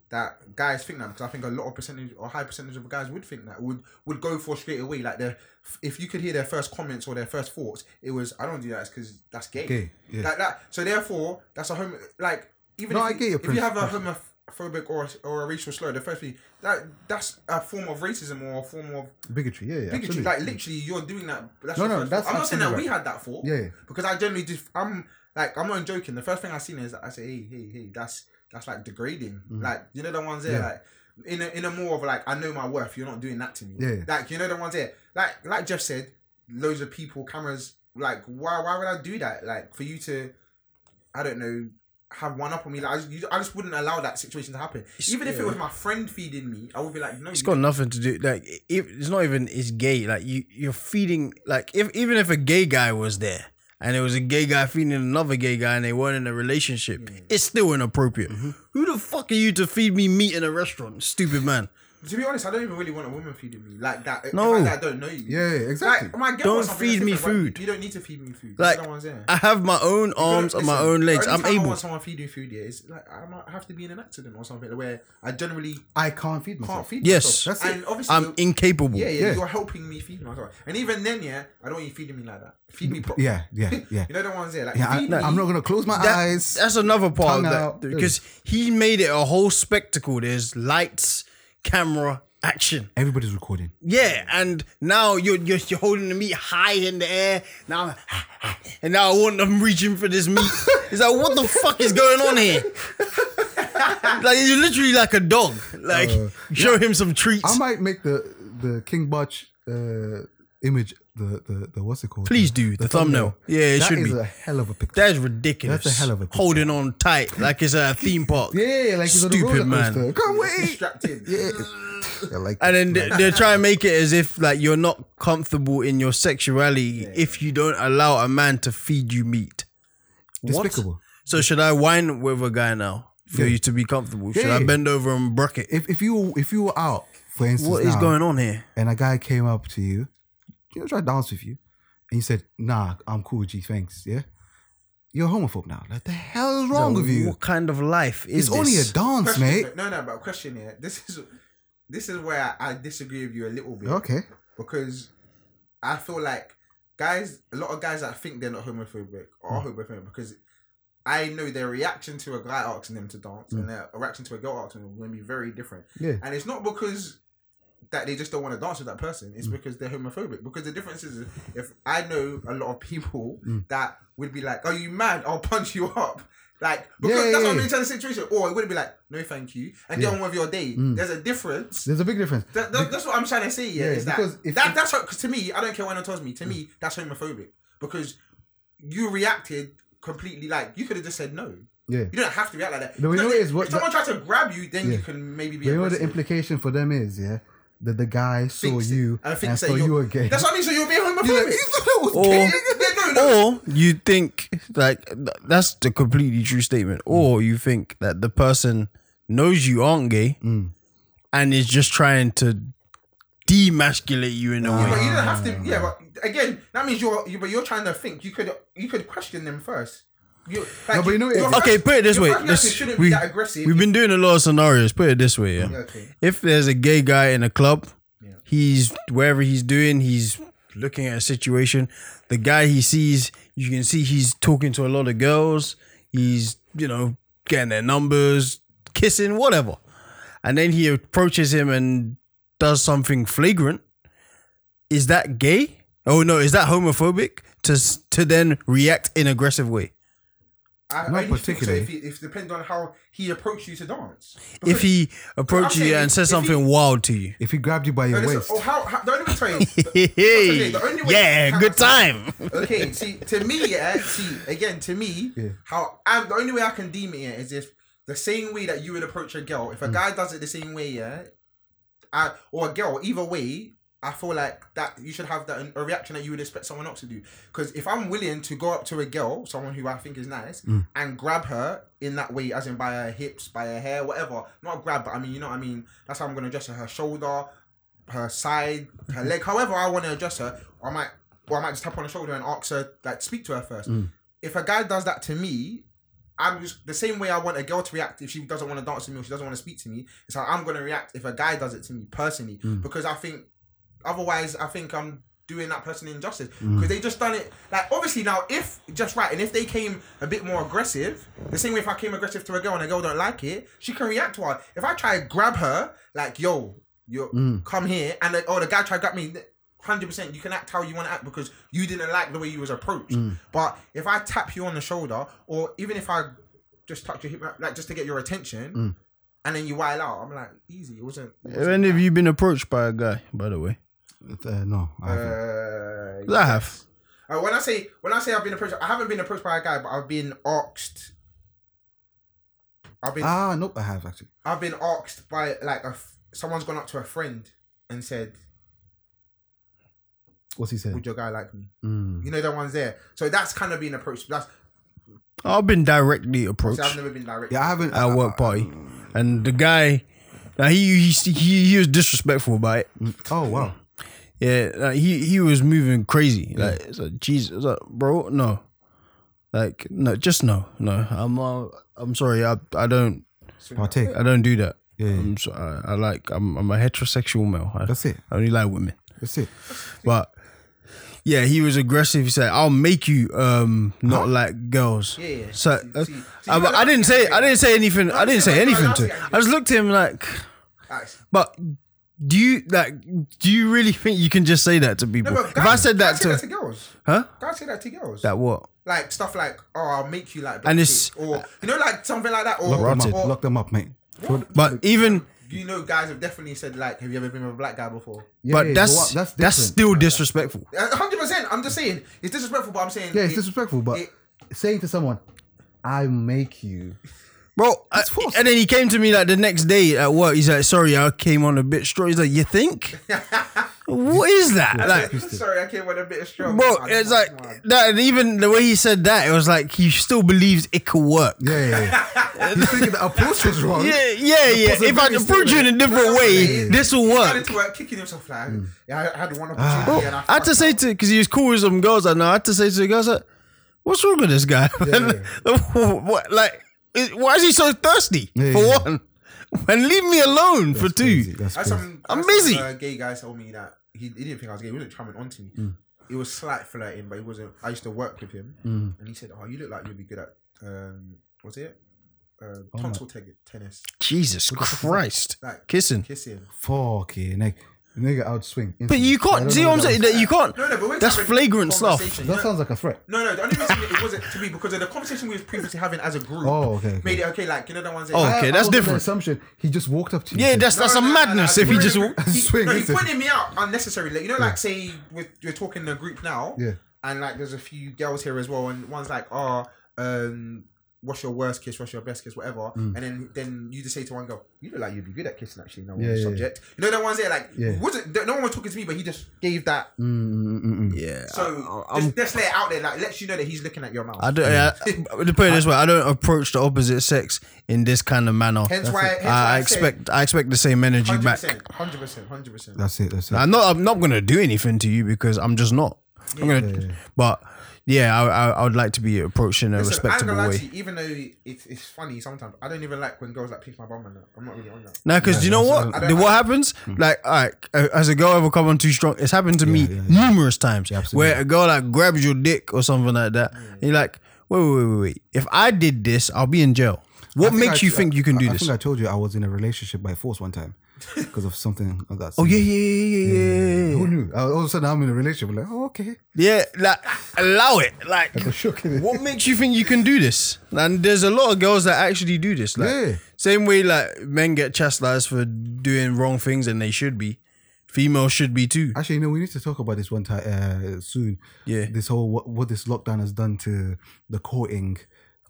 [SPEAKER 5] that guys think that because I think a lot of percentage or high percentage of guys would think that would would go for straight away. Like their if you could hear their first comments or their first thoughts, it was I don't do that because that's gay.
[SPEAKER 4] Gay, yeah.
[SPEAKER 5] Like that. So therefore, that's a homo. Like even
[SPEAKER 4] No,
[SPEAKER 5] if,
[SPEAKER 4] I
[SPEAKER 5] you-
[SPEAKER 4] get your
[SPEAKER 5] if you have a
[SPEAKER 4] principle.
[SPEAKER 5] homophobic or or a racial slur, the first thing that that's a form of racism or a form of
[SPEAKER 4] Bigotry, yeah, yeah.
[SPEAKER 5] bigotry.
[SPEAKER 4] absolutely.
[SPEAKER 5] Like literally, you're doing that. but That's
[SPEAKER 4] No,
[SPEAKER 5] your
[SPEAKER 4] no,
[SPEAKER 5] first
[SPEAKER 4] that's
[SPEAKER 5] thought. I'm not saying that
[SPEAKER 4] absolutely
[SPEAKER 5] we
[SPEAKER 4] right.
[SPEAKER 5] had that thought.
[SPEAKER 4] Yeah, yeah.
[SPEAKER 5] Because I generally just I'm like I'm not joking. The first thing I seen is I say, hey, hey, hey, that's that's like degrading. Like you know the ones
[SPEAKER 4] Mm.
[SPEAKER 5] there,
[SPEAKER 4] Yeah.
[SPEAKER 5] like in a in a more of like I know my worth. You're not doing that to me.
[SPEAKER 4] Yeah.
[SPEAKER 5] Like you know the ones there, like like Jeff said, loads of people, cameras. Like why why would I do that? Like for you to, I don't know. Have one up on me, like I just, you- I just wouldn't allow that situation to happen. Even if it was my friend feeding me, I would be like, no,
[SPEAKER 6] It's
[SPEAKER 5] you-
[SPEAKER 6] got nothing to do. Like i- if, it's not even it's gay. Like you you're feeding like if even if a gay guy was there and it was a gay guy feeding another gay guy and they weren't in a relationship,
[SPEAKER 5] Mm.
[SPEAKER 6] it's still inappropriate.
[SPEAKER 5] Mm-hmm.
[SPEAKER 6] Who the fuck are you to feed me meat in a restaurant, stupid man?
[SPEAKER 5] To be honest, I don't even really want a woman feeding me like that.
[SPEAKER 6] No.
[SPEAKER 5] No, I don't know you.
[SPEAKER 4] Yeah, yeah, exactly.
[SPEAKER 5] Like, my girl
[SPEAKER 6] Don't
[SPEAKER 5] wants something
[SPEAKER 6] feed me
[SPEAKER 5] that's different,
[SPEAKER 6] food.
[SPEAKER 5] but You don't need to feed me food.
[SPEAKER 6] Like
[SPEAKER 5] no one's there.
[SPEAKER 6] I have my own arms and my
[SPEAKER 5] Listen,
[SPEAKER 6] own legs.
[SPEAKER 5] the
[SPEAKER 6] I'm
[SPEAKER 5] only time I
[SPEAKER 6] able.
[SPEAKER 5] want someone feeding food. Yeah, it's like I might have to be in an accident or something where I generally
[SPEAKER 4] I can't feed myself.
[SPEAKER 5] can't feed
[SPEAKER 6] Yes.
[SPEAKER 5] myself.
[SPEAKER 4] That's it.
[SPEAKER 5] and obviously
[SPEAKER 6] I'm
[SPEAKER 5] you're-
[SPEAKER 6] incapable.
[SPEAKER 5] Yeah, yeah,
[SPEAKER 4] Yeah.
[SPEAKER 5] you're helping me feed myself. And even then, yeah, I don't want you feeding me like that. Feed me properly.
[SPEAKER 4] Yeah, yeah, yeah.
[SPEAKER 5] You know the ones there. Like,
[SPEAKER 4] yeah, I,
[SPEAKER 5] feed me.
[SPEAKER 4] I'm not gonna close my
[SPEAKER 6] That-
[SPEAKER 4] eyes.
[SPEAKER 6] That's another part of
[SPEAKER 4] tongue
[SPEAKER 6] that
[SPEAKER 4] out.
[SPEAKER 6] because he made it a whole spectacle. There's lights, camera, action.
[SPEAKER 4] Everybody's recording.
[SPEAKER 6] Yeah, and now you're you're, you're holding the meat high in the air. Now, I'm, and now I want them reaching for this meat. It's like what the fuck is going on here? like you're literally like a dog. Like
[SPEAKER 4] Uh,
[SPEAKER 6] show him some treats,
[SPEAKER 4] I might make the the King Butch uh, image the, the the what's it called?
[SPEAKER 6] Please do, the thumbnail. Yeah, it
[SPEAKER 4] That
[SPEAKER 6] should
[SPEAKER 4] is
[SPEAKER 6] be.
[SPEAKER 4] a hell of a picture.
[SPEAKER 6] That is ridiculous.
[SPEAKER 4] That's a hell of a picture.
[SPEAKER 6] holding on tight like it's a theme park.
[SPEAKER 4] yeah, like he's on a
[SPEAKER 6] Stupid
[SPEAKER 4] roller
[SPEAKER 6] man.
[SPEAKER 4] coaster. Can't wait.
[SPEAKER 5] strapped in.
[SPEAKER 4] Yeah, Yeah, like
[SPEAKER 6] And then they- they're trying to make it as if like you're not comfortable in your sexuality if you don't allow a man to feed you meat. What?
[SPEAKER 4] despicable.
[SPEAKER 6] So should I whine with a guy now for
[SPEAKER 4] Yeah.
[SPEAKER 6] you to be comfortable? Should
[SPEAKER 4] Yeah,
[SPEAKER 6] I
[SPEAKER 4] yeah.
[SPEAKER 6] bend over and brook it?
[SPEAKER 4] If if you if you were out, for instance,
[SPEAKER 6] What is
[SPEAKER 4] now,
[SPEAKER 6] going on here?
[SPEAKER 4] And a guy came up to you, you know, try to dance with you, and you said, "Nah, I'm cool, G, thanks." Yeah, you're a homophobe now. Like the hell is wrong with you?
[SPEAKER 6] What kind of life is
[SPEAKER 4] It's only a
[SPEAKER 6] this?
[SPEAKER 4] dance,
[SPEAKER 5] Question,
[SPEAKER 4] mate.
[SPEAKER 5] No, no, but question here. This is this is where I, I disagree with you a little bit.
[SPEAKER 4] Okay.
[SPEAKER 5] because I feel like guys, a lot of guys that think they're not homophobic are
[SPEAKER 4] Mm.
[SPEAKER 5] homophobic because I know their reaction to a guy asking them to dance
[SPEAKER 4] Mm.
[SPEAKER 5] and their reaction to a girl asking them is going to be very different.
[SPEAKER 4] Yeah.
[SPEAKER 5] And it's not because that they just don't want to dance with that person.
[SPEAKER 4] Mm.
[SPEAKER 5] It's because they're homophobic. Because the difference is, if I know a lot of people
[SPEAKER 4] Mm.
[SPEAKER 5] that would be like, "Are you mad? I'll punch you up." Like because
[SPEAKER 4] Yeah,
[SPEAKER 5] that's
[SPEAKER 4] yeah,
[SPEAKER 5] what I'm
[SPEAKER 4] yeah.
[SPEAKER 5] in the situation. Or it would be like, "No, thank you," and get on with your day.
[SPEAKER 4] Mm.
[SPEAKER 5] There's a difference.
[SPEAKER 4] There's a big difference.
[SPEAKER 5] That, that, that's what I'm trying to say. Yeah,
[SPEAKER 4] Yeah,
[SPEAKER 5] is that,
[SPEAKER 4] because if-
[SPEAKER 5] that
[SPEAKER 4] if-
[SPEAKER 5] that's what, cause to me. I don't care what anyone tells me. To me, that's homophobic because you reacted completely. Like you could have just said no.
[SPEAKER 4] Yeah.
[SPEAKER 5] You don't have to react like that.
[SPEAKER 4] No, we
[SPEAKER 5] You
[SPEAKER 4] know
[SPEAKER 5] if-
[SPEAKER 4] it is what-
[SPEAKER 5] if someone tries to grab you, then you
[SPEAKER 4] Yeah.
[SPEAKER 5] can maybe be.
[SPEAKER 4] You know what the
[SPEAKER 5] aggressive.
[SPEAKER 4] implication for them is, yeah? That the guy saw
[SPEAKER 5] Thinks it-
[SPEAKER 4] you
[SPEAKER 5] I
[SPEAKER 4] and,
[SPEAKER 5] think so,
[SPEAKER 4] saw
[SPEAKER 5] you're-
[SPEAKER 4] you again.
[SPEAKER 5] That's what I mean. So you're being homophobic.
[SPEAKER 4] You're like, "You thought I was
[SPEAKER 6] Or-
[SPEAKER 4] gay?"
[SPEAKER 5] yeah, no, no.
[SPEAKER 6] Or you think like th- that's the completely true statement,
[SPEAKER 4] Mm.
[SPEAKER 6] or you think that the person knows you aren't gay
[SPEAKER 4] Mm.
[SPEAKER 6] and is just trying to demasculate you in a
[SPEAKER 5] Yeah, but you
[SPEAKER 6] way.
[SPEAKER 5] don't have to. Yeah, but again, that means you're. You, but you're trying to think. You could. You could question them first. You, like,
[SPEAKER 4] No, but you know it-
[SPEAKER 5] your
[SPEAKER 6] Okay,
[SPEAKER 5] first-
[SPEAKER 6] put it this
[SPEAKER 5] your
[SPEAKER 6] way.
[SPEAKER 5] first reaction
[SPEAKER 6] Let's,
[SPEAKER 5] shouldn't
[SPEAKER 6] we,
[SPEAKER 5] be that aggressive.
[SPEAKER 6] we've been doing a lot of scenarios. Put it this way, yeah.
[SPEAKER 5] okay.
[SPEAKER 6] if there's a gay guy in a club, he's wherever he's doing, he's looking at a situation. The guy he sees, you can see he's talking to a lot of girls. He's, you know, getting their numbers, kissing, whatever. And then he approaches him and does something flagrant. Is that gay? Oh no, is that homophobic? To s- to then react in aggressive way.
[SPEAKER 5] I,
[SPEAKER 4] Not
[SPEAKER 5] I usually think so,
[SPEAKER 4] particularly.
[SPEAKER 5] If, he, if depends on how he approached you to dance.
[SPEAKER 6] If he approaches you
[SPEAKER 5] saying
[SPEAKER 6] and says
[SPEAKER 5] if he-
[SPEAKER 6] something wild to you,
[SPEAKER 4] If he grabbed you by your
[SPEAKER 5] No, listen,
[SPEAKER 4] waist,
[SPEAKER 5] oh, how, how, don't even tell you.
[SPEAKER 6] hey,
[SPEAKER 5] the only way-
[SPEAKER 6] yeah, good time.
[SPEAKER 5] Okay, see, to me, yeah, see, again, to me,
[SPEAKER 4] Yeah.
[SPEAKER 5] how I'm, the only way I can deem it yeah, is if the same way that you would approach a girl, if a guy does it the same way, yeah, I, or a girl, either way, I feel like that you should have that a reaction that you would expect someone else to do. Because if I'm willing to go up to a girl, someone who I think is nice, and grab her in that way, as in by her hips, by her hair, whatever, not grab, but I mean, you know what I mean. That's how I'm gonna address her, her shoulder, her side, her leg, however I want to address her. I might, or I might just tap on her shoulder and ask her, like, speak to her first. If a guy does that to me, I'm just the same way I want a girl to react if she doesn't want to dance to me or she doesn't want to speak to me. It's how I'm gonna react if a guy does it to me personally because I think otherwise I think I'm doing that person injustice because they just done it like obviously now if just right and if they came a bit more aggressive the same way if I came aggressive to a girl and a girl don't like it she can react to her if I try to grab her like yo you come here and the, oh the guy tried to grab me hundred percent. You can act how you want to act because you didn't like the way you was approached. But if I tap you on the shoulder, or even if I just touch your hip, like just to get your attention, and then you while out, I'm like, easy. It wasn't. It
[SPEAKER 6] Have
[SPEAKER 5] wasn't
[SPEAKER 6] any of you been approached by a guy, by the way?
[SPEAKER 4] Uh, no, I haven't.
[SPEAKER 5] uh,
[SPEAKER 6] I have.
[SPEAKER 5] uh, when I say when I say I've been approached, I haven't been approached by a guy, but I've been asked. I've been
[SPEAKER 4] ah, nope, I have actually.
[SPEAKER 5] I've been asked by like a f- someone's gone up to a friend and said,
[SPEAKER 4] What's he saying?
[SPEAKER 5] "Would your guy like me?"
[SPEAKER 6] Mm.
[SPEAKER 5] You know, that one's there. So that's kind of being approached. That's
[SPEAKER 6] I've been directly
[SPEAKER 5] so I've
[SPEAKER 6] approached
[SPEAKER 5] never been direct.
[SPEAKER 4] Yeah, I haven't. Uh,
[SPEAKER 6] at a work party, and the guy, now he he he, he was disrespectful about it.
[SPEAKER 4] Oh wow.
[SPEAKER 6] Yeah, like he he was moving crazy. Like, it's like Jesus, it's like, bro, no, like no, just no, no. I'm uh, I'm sorry, I I don't
[SPEAKER 4] Partake.
[SPEAKER 6] I don't do that.
[SPEAKER 4] Yeah, yeah.
[SPEAKER 6] I'm so, I, I like I'm I'm a heterosexual male. I,
[SPEAKER 4] That's it.
[SPEAKER 6] I only like women.
[SPEAKER 4] That's it.
[SPEAKER 6] But yeah, he was aggressive. He said, "I'll make you um not like girls."
[SPEAKER 5] Yeah, yeah.
[SPEAKER 6] So
[SPEAKER 5] See-
[SPEAKER 6] uh,
[SPEAKER 5] see- see,
[SPEAKER 6] I,
[SPEAKER 5] you
[SPEAKER 6] but
[SPEAKER 5] gotta
[SPEAKER 6] I didn't
[SPEAKER 5] be
[SPEAKER 6] say
[SPEAKER 5] angry.
[SPEAKER 6] I didn't say anything. I didn't
[SPEAKER 5] say-
[SPEAKER 6] say
[SPEAKER 5] no, no,
[SPEAKER 6] anything
[SPEAKER 5] that's
[SPEAKER 6] to.
[SPEAKER 5] the
[SPEAKER 6] him.
[SPEAKER 5] idea.
[SPEAKER 6] I just looked at him like,
[SPEAKER 5] Nice.
[SPEAKER 6] but. Do you like? Do you really think you can just say that to people?
[SPEAKER 5] No, but
[SPEAKER 6] if
[SPEAKER 5] guys-
[SPEAKER 6] I said
[SPEAKER 5] guys
[SPEAKER 6] that
[SPEAKER 5] say
[SPEAKER 6] to,
[SPEAKER 5] that to girls,
[SPEAKER 6] huh?
[SPEAKER 5] guys say that to girls.
[SPEAKER 6] That what?
[SPEAKER 5] like stuff like, oh, I'll make you like,
[SPEAKER 6] And it's-
[SPEAKER 5] blackface," or you know, like something like that, or,
[SPEAKER 4] Lock them
[SPEAKER 6] Rotted.
[SPEAKER 4] up.
[SPEAKER 5] or-
[SPEAKER 4] Lock them up, mate.
[SPEAKER 6] But even,
[SPEAKER 5] you know, guys have definitely said like, have you ever been with a black guy before?
[SPEAKER 4] Yeah,
[SPEAKER 6] but
[SPEAKER 4] yeah,
[SPEAKER 6] that's
[SPEAKER 4] what-
[SPEAKER 6] that's,
[SPEAKER 4] different.
[SPEAKER 6] still disrespectful.
[SPEAKER 5] Hundred percent. I'm just saying it's disrespectful, but I'm saying
[SPEAKER 4] yeah, it's
[SPEAKER 5] it-
[SPEAKER 4] disrespectful. But
[SPEAKER 5] it-
[SPEAKER 4] saying to someone, "I make you,"
[SPEAKER 6] Bro, I- and then he came to me like the next day at work. He's like, "Sorry, I came on a bit strong." He's like, "You think? what is that?" Like,
[SPEAKER 5] I'm sorry, I came with a bit of strong.
[SPEAKER 6] bro, it's like that. And even the way he said that, it was like he still believes it could work. Yeah,
[SPEAKER 4] yeah, yeah, yeah. you thinking the approach was wrong?
[SPEAKER 6] yeah, yeah. If I
[SPEAKER 4] possibility is
[SPEAKER 6] approach
[SPEAKER 4] still
[SPEAKER 6] you in a different way, this will
[SPEAKER 5] Started
[SPEAKER 6] work.
[SPEAKER 5] to uh, work, kicking himself like,
[SPEAKER 4] Hmm.
[SPEAKER 5] yeah, I had one opportunity,
[SPEAKER 4] Ah.
[SPEAKER 5] and I,
[SPEAKER 6] I had to say to because he was cool with some girls. I know. I had to say to the girls, like, "What's wrong with this guy? what, like, it- why is he so thirsty?
[SPEAKER 4] Yeah,
[SPEAKER 6] for
[SPEAKER 4] yeah.
[SPEAKER 6] one, and leave me alone for two.
[SPEAKER 4] Crazy, That's
[SPEAKER 5] That's
[SPEAKER 4] crazy.
[SPEAKER 5] some,
[SPEAKER 6] I'm
[SPEAKER 5] that's some,
[SPEAKER 6] busy.
[SPEAKER 5] uh, gay guy told me that he, he didn't think I was gay. He wasn't coming onto me.
[SPEAKER 4] Hmm.
[SPEAKER 5] It was slight flirting, but he wasn't. I used to work with him,
[SPEAKER 4] Hmm.
[SPEAKER 5] and he said, "Oh, you look like you'd be good at um, what's it?
[SPEAKER 4] Oh,
[SPEAKER 5] Uh, tonsil te- tennis,
[SPEAKER 6] Jesus Christ,
[SPEAKER 5] Like,
[SPEAKER 6] kissing.
[SPEAKER 5] kissing."
[SPEAKER 4] Fucking like, nigga, I would swing.
[SPEAKER 6] But you
[SPEAKER 4] I
[SPEAKER 6] can't
[SPEAKER 4] don't
[SPEAKER 6] see
[SPEAKER 4] know
[SPEAKER 6] what I'm
[SPEAKER 4] that
[SPEAKER 6] saying. That you can't.
[SPEAKER 5] No, no, but we're
[SPEAKER 6] That's
[SPEAKER 5] having
[SPEAKER 6] flagrant stuff.
[SPEAKER 5] conversation,
[SPEAKER 4] was- That
[SPEAKER 5] you know?
[SPEAKER 4] sounds like a threat.
[SPEAKER 5] No, no, the only reason it wasn't to me because of the conversation we was previously having as a group
[SPEAKER 4] Oh, okay, okay.
[SPEAKER 5] made it okay. Like you know the ones.
[SPEAKER 6] Oh,
[SPEAKER 4] I-
[SPEAKER 6] okay,
[SPEAKER 4] I was
[SPEAKER 6] that's
[SPEAKER 4] under the
[SPEAKER 6] different.
[SPEAKER 4] Assumption he just walked up to you.
[SPEAKER 6] Yeah,
[SPEAKER 4] and said,
[SPEAKER 6] that's that's
[SPEAKER 5] No,
[SPEAKER 6] a
[SPEAKER 5] no, no,
[SPEAKER 6] madness
[SPEAKER 5] no,
[SPEAKER 6] if he
[SPEAKER 5] no,
[SPEAKER 6] just.
[SPEAKER 5] no,
[SPEAKER 6] walk-
[SPEAKER 5] he-
[SPEAKER 4] Swing,
[SPEAKER 5] No, he
[SPEAKER 4] isn't it?
[SPEAKER 5] pointed me out unnecessarily. Like, you know, like say with you're talking in a group now,
[SPEAKER 4] Yeah.
[SPEAKER 5] and like there's a few girls here as well, and one's like, oh, um, what's your worst kiss? What's your best kiss? Whatever.
[SPEAKER 4] Mm.
[SPEAKER 5] And then then you just say to one girl, you look like you'd be good at kissing actually. No
[SPEAKER 4] Yeah,
[SPEAKER 5] one
[SPEAKER 4] yeah,
[SPEAKER 5] subject. You know that one's there like
[SPEAKER 4] Yeah.
[SPEAKER 5] wasn't no one was talking to me, but he just gave that.
[SPEAKER 4] Mm, mm, mm, mm.
[SPEAKER 6] Yeah.
[SPEAKER 5] So
[SPEAKER 6] I- I'm-
[SPEAKER 5] just, just lay it out there, like lets you know that he's looking at your mouth.
[SPEAKER 6] I don't. Yeah, I- to put it this way, I don't approach the opposite sex in this kind of manner.
[SPEAKER 5] Hence why- hence why
[SPEAKER 6] I
[SPEAKER 5] I
[SPEAKER 6] expect I expect the same energy
[SPEAKER 5] Hundred
[SPEAKER 6] back.
[SPEAKER 5] percent, hundred percent, hundred percent.
[SPEAKER 4] That's it. That's it.
[SPEAKER 6] I'm not. I'm not gonna do anything to you because I'm just not. I'm gonna. But yeah, I, I I would like to be approached in a
[SPEAKER 5] Listen, I ain't
[SPEAKER 6] respectable
[SPEAKER 5] gonna lie
[SPEAKER 6] way.
[SPEAKER 5] to you, even though it's, it's funny sometimes, I don't even like when girls like pick my bum and that. I'm not really on that.
[SPEAKER 6] Now, because you know what?
[SPEAKER 5] I don't-
[SPEAKER 6] The-
[SPEAKER 5] I-
[SPEAKER 6] what happens? Like, all right, uh, has a girl ever come on too strong? It's happened to me numerous times where a girl like grabs your dick or something like that. And you're like, wait, wait, wait, wait. If I did this, I'll be in jail. What
[SPEAKER 4] I
[SPEAKER 6] makes
[SPEAKER 4] I-
[SPEAKER 6] you think you can
[SPEAKER 4] I-
[SPEAKER 6] do
[SPEAKER 4] I
[SPEAKER 6] this?
[SPEAKER 4] think I told you I was in a relationship by force one time because of something of that.
[SPEAKER 6] oh yeah, yeah, yeah, yeah, yeah,
[SPEAKER 4] Who
[SPEAKER 6] yeah.
[SPEAKER 4] knew? I- All of a sudden, I'm in a relationship. Like, oh, okay.
[SPEAKER 6] Yeah, like allow it. Like,
[SPEAKER 4] I was shook, innit?
[SPEAKER 6] what makes you think you can do this? And there's a lot of girls that actually do this. Like,
[SPEAKER 4] Yeah.
[SPEAKER 6] same way like men get chastised for doing wrong things, and they should be. Females should be too.
[SPEAKER 4] Actually, you know, we need to talk about this one time uh, soon.
[SPEAKER 6] Yeah.
[SPEAKER 4] This whole what, what this lockdown has done to the courting.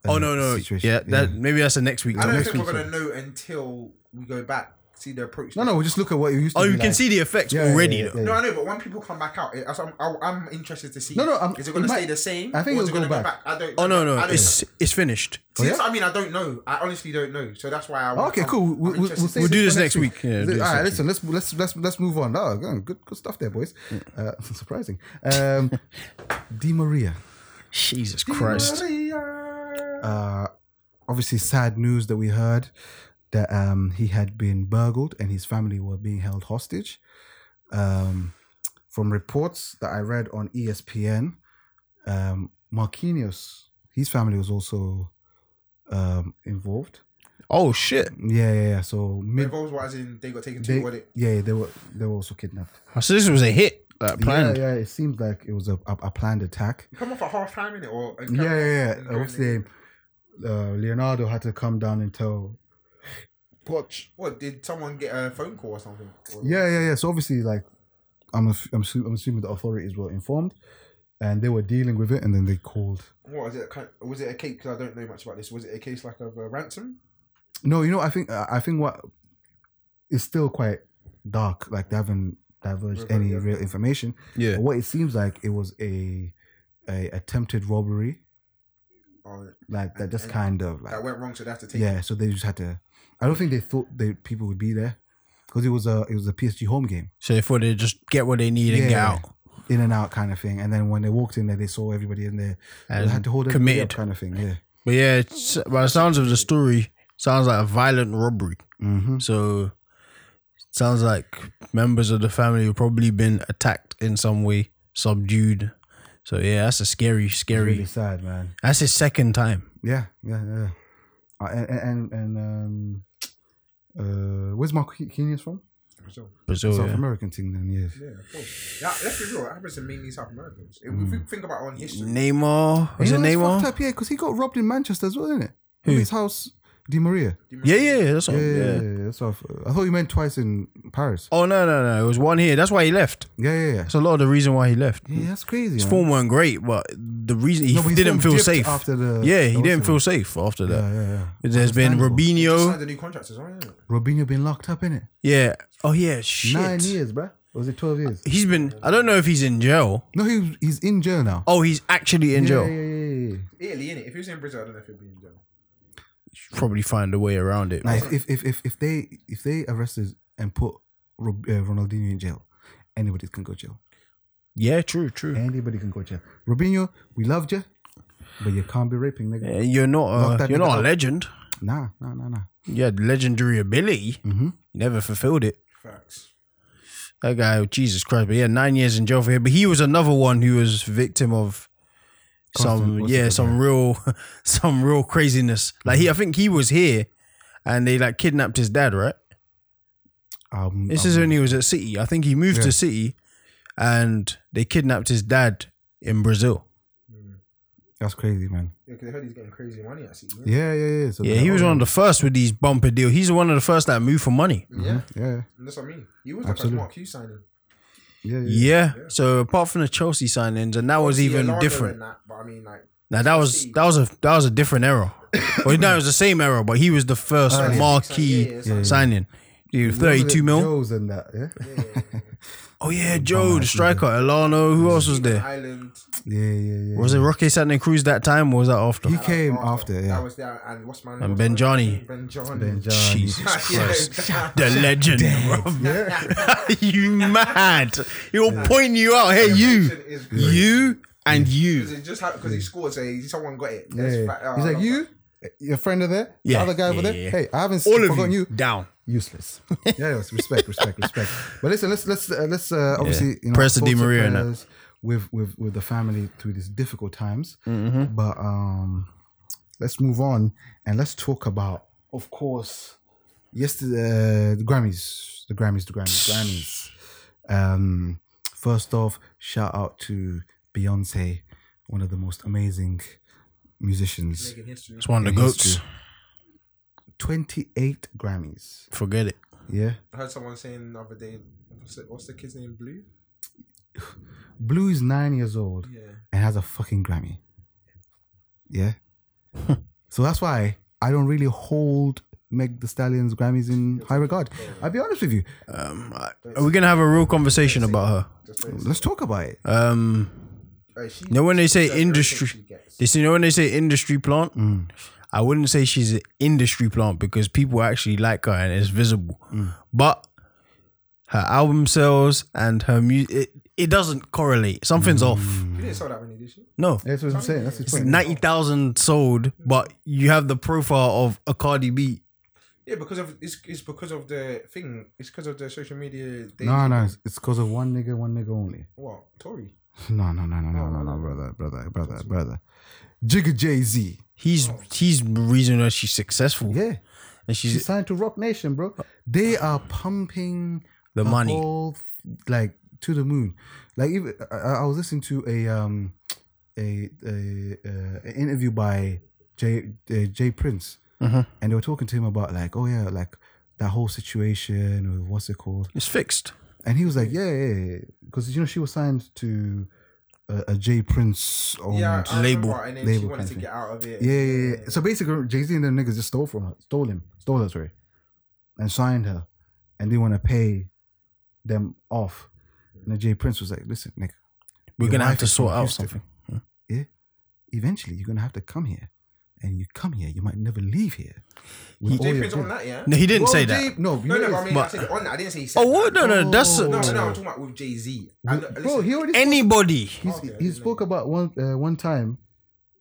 [SPEAKER 4] uh,
[SPEAKER 6] Oh no no
[SPEAKER 4] situation.
[SPEAKER 6] yeah that maybe that's the next week.
[SPEAKER 5] I don't
[SPEAKER 4] next
[SPEAKER 5] think
[SPEAKER 4] week,
[SPEAKER 5] we're gonna know until we go back, see the approach.
[SPEAKER 4] No, no. We just look at what you used to.
[SPEAKER 6] oh
[SPEAKER 4] be
[SPEAKER 6] you can
[SPEAKER 4] like.
[SPEAKER 6] see the effects
[SPEAKER 4] Yeah, yeah,
[SPEAKER 6] already
[SPEAKER 4] yeah,
[SPEAKER 6] though.
[SPEAKER 4] yeah.
[SPEAKER 5] No, I know, but when people come back out, it, that's- I'm, I- I'm interested to see.
[SPEAKER 4] No, no, I'm-
[SPEAKER 5] is it gonna
[SPEAKER 4] it
[SPEAKER 5] stay
[SPEAKER 4] might-
[SPEAKER 5] the same?
[SPEAKER 4] I think
[SPEAKER 5] or is
[SPEAKER 4] it'll go
[SPEAKER 5] it gonna
[SPEAKER 4] back.
[SPEAKER 5] Go back? I don't.
[SPEAKER 6] Oh no
[SPEAKER 5] know.
[SPEAKER 6] no
[SPEAKER 5] I don't
[SPEAKER 6] it's it's finished.
[SPEAKER 5] See, that's what I mean, I don't know. I honestly don't know. So that's why I.
[SPEAKER 4] Okay,
[SPEAKER 5] I'm-
[SPEAKER 4] cool.
[SPEAKER 5] I'm
[SPEAKER 4] We'll, we'll,
[SPEAKER 5] interested
[SPEAKER 4] we'll
[SPEAKER 5] to
[SPEAKER 4] save
[SPEAKER 5] see.
[SPEAKER 6] do
[SPEAKER 4] for
[SPEAKER 6] this
[SPEAKER 4] next
[SPEAKER 6] next week. Yeah, do this
[SPEAKER 4] all right,
[SPEAKER 6] next
[SPEAKER 4] listen. Let's let's let's let's move on. Oh, good good stuff there, boys.
[SPEAKER 6] Mm.
[SPEAKER 4] Uh, surprising. Um, Di Maria.
[SPEAKER 6] Jesus Christ.
[SPEAKER 5] Maria.
[SPEAKER 4] Uh, obviously sad news that we heard that um, he had been burgled and his family were being held hostage. Um, from reports that I read on E ESPN, um, Marquinhos, his family was also um, involved.
[SPEAKER 6] Oh shit!
[SPEAKER 4] Yeah, yeah, yeah. So mid,
[SPEAKER 5] Involves what as in they got taken to
[SPEAKER 4] they,
[SPEAKER 5] what it.
[SPEAKER 4] yeah, they were they were also kidnapped.
[SPEAKER 6] So this was a hit, like planned.
[SPEAKER 4] Yeah, yeah. It seems like it was a, a, a planned attack.
[SPEAKER 5] Come off at half time in it or
[SPEAKER 4] Yeah,
[SPEAKER 5] and come off
[SPEAKER 4] yeah,
[SPEAKER 5] and
[SPEAKER 4] yeah.
[SPEAKER 5] go
[SPEAKER 4] What's
[SPEAKER 5] in
[SPEAKER 4] the
[SPEAKER 5] there.
[SPEAKER 4] name? Uh, Leonardo had to come down and tell Poch.
[SPEAKER 5] What did someone get a phone call or something? Or-
[SPEAKER 4] Yeah, yeah, yeah. So obviously, like, I'm ass- I'm, assu- I'm assuming the authorities were informed, and they were dealing with it, and then they called.
[SPEAKER 5] What was it? kind- Was it a case? Because I don't know much about this. Was it a case like of a ransom?
[SPEAKER 4] No, you know, I think I I think what is still quite dark. Like they haven't diverged
[SPEAKER 5] Okay,
[SPEAKER 4] any
[SPEAKER 5] yeah.
[SPEAKER 4] real information.
[SPEAKER 6] Yeah.
[SPEAKER 4] But what it seems like it was a a attempted robbery,
[SPEAKER 5] Or
[SPEAKER 4] like that just
[SPEAKER 5] And-
[SPEAKER 4] kind of like
[SPEAKER 5] that went wrong, so they have to take.
[SPEAKER 4] yeah. So they just had to. I don't think they thought that people would be there because it was a it was a PSG home game,
[SPEAKER 6] So they thought they just get what they need and get
[SPEAKER 4] Yeah.
[SPEAKER 6] out.
[SPEAKER 4] in and out kind of thing. And then when they walked in there, they saw everybody in there. And
[SPEAKER 6] And
[SPEAKER 4] they had to hold everybody up
[SPEAKER 6] committed.
[SPEAKER 4] kind of thing. Yeah.
[SPEAKER 6] But yeah, it's, by the sounds of the story, sounds like a violent robbery.
[SPEAKER 4] Mm-hmm.
[SPEAKER 6] So sounds like members of the family have probably been attacked in some way, subdued. So yeah, that's a scary, scary.
[SPEAKER 4] Really sad, man.
[SPEAKER 6] That's his second time.
[SPEAKER 4] Yeah, yeah, yeah. Uh, and and, and um, uh, where's Marquinhos from?
[SPEAKER 5] So,
[SPEAKER 6] Brazil.
[SPEAKER 4] South
[SPEAKER 6] Oh, yeah.
[SPEAKER 4] American thing, then yes.
[SPEAKER 5] yeah, of course. Yeah, let's be real. It happens to mainly South Americans. If
[SPEAKER 6] Mm.
[SPEAKER 5] we think about it on history,
[SPEAKER 6] Neymar. Was
[SPEAKER 4] You
[SPEAKER 6] it
[SPEAKER 4] know, it's fucked
[SPEAKER 6] Neymar?
[SPEAKER 4] Up, yeah, because he got robbed in Manchester as well, didn't it? In his house, Di Maria.
[SPEAKER 5] do you
[SPEAKER 6] Yeah,
[SPEAKER 5] remember-
[SPEAKER 6] yeah, yeah. That's
[SPEAKER 4] Yeah,
[SPEAKER 6] what,
[SPEAKER 4] yeah,
[SPEAKER 6] yeah.
[SPEAKER 4] yeah. that's what I thought. I thought you meant twice in Paris.
[SPEAKER 6] Oh no, no, no. It was one here. That's why he left.
[SPEAKER 4] Yeah, yeah, yeah.
[SPEAKER 6] That's a lot of the reason why he left.
[SPEAKER 4] yeah that's crazy.
[SPEAKER 6] His
[SPEAKER 4] man.
[SPEAKER 6] form weren't great, but the reason he
[SPEAKER 4] No, but his
[SPEAKER 6] didn't
[SPEAKER 4] form
[SPEAKER 6] feel
[SPEAKER 4] dipped
[SPEAKER 6] safe.
[SPEAKER 4] after the-
[SPEAKER 6] yeah,
[SPEAKER 4] the
[SPEAKER 6] he
[SPEAKER 4] Arsenal.
[SPEAKER 6] didn't feel safe after that.
[SPEAKER 4] Yeah, yeah, yeah.
[SPEAKER 6] There's been
[SPEAKER 4] Understandable.
[SPEAKER 5] Signed
[SPEAKER 6] Robinho.
[SPEAKER 5] the new contracts as well. Isn't it?
[SPEAKER 4] Robinho been locked up in it.
[SPEAKER 6] Yeah. Oh yeah. Shit.
[SPEAKER 4] Nine years, bruh. Or was it twelve years?
[SPEAKER 6] He's been. I don't know if he's in jail.
[SPEAKER 4] No, he, he's in jail now.
[SPEAKER 6] Oh, he's actually in
[SPEAKER 4] yeah,
[SPEAKER 6] jail.
[SPEAKER 4] Yeah, yeah, yeah.
[SPEAKER 5] Italy, innit? If he was in Brazil, I don't know if he'd be in jail.
[SPEAKER 6] Probably find a way around it.
[SPEAKER 4] Nah, if, if if if if they if they arrested and put Rob, uh, Ronaldinho in jail, anybody can go jail.
[SPEAKER 6] Yeah. True. True.
[SPEAKER 4] Anybody can go jail. Robinho, we loved you, but you can't be raping, nigga.
[SPEAKER 6] Uh, You're not.
[SPEAKER 4] Knock
[SPEAKER 6] A,
[SPEAKER 4] that
[SPEAKER 6] you're
[SPEAKER 4] nigga
[SPEAKER 6] not a
[SPEAKER 4] out.
[SPEAKER 6] legend.
[SPEAKER 4] Nah, nah, nah, nah.
[SPEAKER 6] You had legendary ability.
[SPEAKER 4] Mm-hmm.
[SPEAKER 6] Never fulfilled it.
[SPEAKER 5] Facts.
[SPEAKER 6] That guy, Jesus Christ, but yeah, nine years in jail for him. But he was another one who was victim of
[SPEAKER 4] Constant-
[SPEAKER 6] some,
[SPEAKER 4] what's it
[SPEAKER 6] yeah,
[SPEAKER 4] called,
[SPEAKER 6] some real, some real craziness. Like he, I think he was here, and they like kidnapped his dad, right?
[SPEAKER 4] Um,
[SPEAKER 6] This is
[SPEAKER 4] um,
[SPEAKER 6] when he was at City. I think he moved
[SPEAKER 4] Yeah.
[SPEAKER 6] to City, and they kidnapped his dad in Brazil.
[SPEAKER 4] that's crazy, man.
[SPEAKER 5] Yeah, because I heard he's getting crazy money at City. innit?
[SPEAKER 4] Yeah, yeah, yeah. So
[SPEAKER 6] Yeah, he was one of
[SPEAKER 4] on
[SPEAKER 6] the first with these bumper deal. He's one of the first that moved for money.
[SPEAKER 5] yeah.
[SPEAKER 4] Mm-hmm. Yeah,
[SPEAKER 5] And that's what I mean. He was like a
[SPEAKER 4] Absolutely.
[SPEAKER 5] Mark Hughes signing.
[SPEAKER 4] yeah, yeah. yeah.
[SPEAKER 6] Yeah. So apart from the Chelsea signings, and that was
[SPEAKER 5] Obviously,
[SPEAKER 6] even
[SPEAKER 5] Alonso
[SPEAKER 6] different.
[SPEAKER 5] and That, but I mean, like,
[SPEAKER 6] Now that was that was a that was a different era. well, no, it was the same era, but he was the first
[SPEAKER 4] Oh, yeah.
[SPEAKER 6] marquee
[SPEAKER 5] Yeah, yeah, yeah.
[SPEAKER 6] signing. Dude, thirty-two mil.
[SPEAKER 4] Joe's and that. Yeah,
[SPEAKER 6] Oh yeah, Joe, the striker, Elano. Who else was there?
[SPEAKER 5] Island.
[SPEAKER 4] yeah, yeah, yeah.
[SPEAKER 6] Was it Rocky Santa Cruz that time, or was that after?
[SPEAKER 4] He came after.
[SPEAKER 5] That
[SPEAKER 4] yeah.
[SPEAKER 5] was there. And what's my name?
[SPEAKER 6] And Benjani.
[SPEAKER 5] Ben Johnny.
[SPEAKER 4] Ben Johnny.
[SPEAKER 6] Jesus Christ,
[SPEAKER 5] Yeah,
[SPEAKER 6] the legend. you mad? He'll point you out. Hey, you,
[SPEAKER 5] Is great.
[SPEAKER 6] you, and
[SPEAKER 5] Is
[SPEAKER 6] you.
[SPEAKER 5] it just because he scored? So he- someone got it.
[SPEAKER 4] Yeah,
[SPEAKER 5] That's
[SPEAKER 4] yeah.
[SPEAKER 5] fa- oh,
[SPEAKER 4] He's
[SPEAKER 5] I
[SPEAKER 4] like
[SPEAKER 5] love
[SPEAKER 4] you, your friend over there,
[SPEAKER 6] Yeah,
[SPEAKER 4] the other guy over
[SPEAKER 6] yeah,
[SPEAKER 4] there.
[SPEAKER 6] yeah.
[SPEAKER 4] Hey, I haven't
[SPEAKER 6] All
[SPEAKER 4] seen,
[SPEAKER 6] of
[SPEAKER 4] forgotten
[SPEAKER 6] you
[SPEAKER 4] you.
[SPEAKER 6] down.
[SPEAKER 4] useless. yeah, yes, respect, respect, respect. But listen, let's let's uh, let's uh, obviously you know
[SPEAKER 6] Press the Di
[SPEAKER 4] thoughts and
[SPEAKER 6] Maria in that.
[SPEAKER 4] prayers with with with the family through these difficult times.
[SPEAKER 6] Mm-hmm.
[SPEAKER 4] But um, let's move on and let's talk about, of course, yesterday uh, the Grammys, the Grammys, the Grammys, Grammys. Um, first off, shout out to Beyonce, one of the most amazing musicians.
[SPEAKER 5] Making history.
[SPEAKER 6] It's one of the
[SPEAKER 4] in
[SPEAKER 6] goats.
[SPEAKER 4] history. Twenty-eight Grammys.
[SPEAKER 6] Forget it.
[SPEAKER 4] Yeah.
[SPEAKER 5] I heard someone saying the other day, what's the, what's the kid's name? Blue?
[SPEAKER 4] Blue is nine years old
[SPEAKER 5] Yeah.
[SPEAKER 4] and has a fucking Grammy. Yeah. so that's why I don't really hold Meg the Stallion's Grammys in high regard. I'll be honest with you.
[SPEAKER 6] Um, are we gonna have a real conversation about
[SPEAKER 5] Just like,
[SPEAKER 4] Let's talk about it.
[SPEAKER 6] her? Um,
[SPEAKER 5] oh, she,
[SPEAKER 6] You know when they say
[SPEAKER 5] everything
[SPEAKER 6] industry,
[SPEAKER 5] she gets.
[SPEAKER 6] they say, you know when they say industry plant. I wouldn't say she's an industry plant because people actually like her and it's visible. But her album sales and her music, it, it doesn't correlate. Something's off.
[SPEAKER 5] you didn't sell that many, did she?
[SPEAKER 6] No.
[SPEAKER 4] That's what I'm saying. That's his
[SPEAKER 6] It's
[SPEAKER 4] point.
[SPEAKER 6] 90,000 sold, but you have the profile of a Cardi B.
[SPEAKER 5] Yeah, because of it's, it's because of the thing. It's because of the social media. They,
[SPEAKER 4] No, no, it's- it's because of one nigga, one nigga only.
[SPEAKER 5] What Tory?
[SPEAKER 4] No, no, no, no, no, no, no, brother, brother, brother, brother. Jigga Jay Z.
[SPEAKER 6] He's he's the reason that she's successful.
[SPEAKER 4] Yeah,
[SPEAKER 6] And
[SPEAKER 4] she's
[SPEAKER 6] she's
[SPEAKER 4] signed to Rock Nation, bro. They are pumping
[SPEAKER 6] the money.
[SPEAKER 4] whole, like to the moon. Like even I, I was listening to a um a, a, uh an interview by Jay uh, Jay Prince,
[SPEAKER 6] Mm-hmm.
[SPEAKER 4] and they were talking to him about like oh yeah like that whole situation with what's it called,
[SPEAKER 6] It's fixed.
[SPEAKER 4] and he was like yeah yeah because you know she was signed to a, a Jay Prince owned.
[SPEAKER 5] Yeah, I
[SPEAKER 6] Label.
[SPEAKER 5] remember, And then she
[SPEAKER 4] Oh, Label
[SPEAKER 5] wanted to
[SPEAKER 4] kind of
[SPEAKER 5] get out of it.
[SPEAKER 4] Yeah, yeah, yeah. So basically, Jay Z and them niggas just stole from her, stole him, stole her, sorry, and signed her, and they want to pay them off. And then Jay Prince was like, "Listen, nigga,
[SPEAKER 6] We're
[SPEAKER 4] Your
[SPEAKER 6] going to have
[SPEAKER 4] wife
[SPEAKER 6] to
[SPEAKER 4] is
[SPEAKER 6] sort
[SPEAKER 4] from
[SPEAKER 6] out
[SPEAKER 4] Houston.
[SPEAKER 6] something.
[SPEAKER 4] eventually you're gonna have to come here, and you come here, you might never leave here."
[SPEAKER 6] He-
[SPEAKER 4] With all
[SPEAKER 5] Jay
[SPEAKER 4] your
[SPEAKER 5] Prince on
[SPEAKER 4] debt."
[SPEAKER 5] that, yeah.
[SPEAKER 6] No, he didn't
[SPEAKER 4] Well,
[SPEAKER 6] say
[SPEAKER 4] Jay-
[SPEAKER 6] that.
[SPEAKER 4] No, you
[SPEAKER 5] No, no,
[SPEAKER 4] know,
[SPEAKER 5] but I mean, I
[SPEAKER 6] But-
[SPEAKER 5] said on that. I didn't say he said.
[SPEAKER 6] Oh, what?
[SPEAKER 5] That.
[SPEAKER 6] No, no, that's
[SPEAKER 5] No, no, I'm talking about with uh, Jay Z.
[SPEAKER 4] bro, he already
[SPEAKER 6] anybody.
[SPEAKER 4] he's,
[SPEAKER 5] Okay,
[SPEAKER 4] he
[SPEAKER 5] yeah.
[SPEAKER 4] spoke about one uh, one time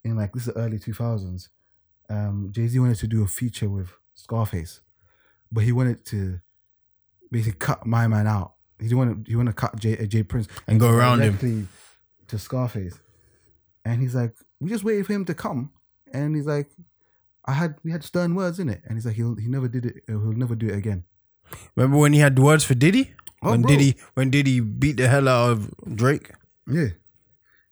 [SPEAKER 4] in like this is early 2000s um jay-z wanted to do a feature with scarface but he wanted to basically cut my man out he didn't want to he wanted to cut jay, uh, jay prince
[SPEAKER 6] And go around him.
[SPEAKER 4] directly to scarface and he's like we just waited for him to come and he's like i had we had stern words in it and he's like he'll he never did it uh, he'll never do it again
[SPEAKER 6] Remember when he had words for Diddy?
[SPEAKER 4] Oh,
[SPEAKER 6] when
[SPEAKER 4] bro.
[SPEAKER 6] Diddy when Diddy beat the hell out of Drake?
[SPEAKER 4] yeah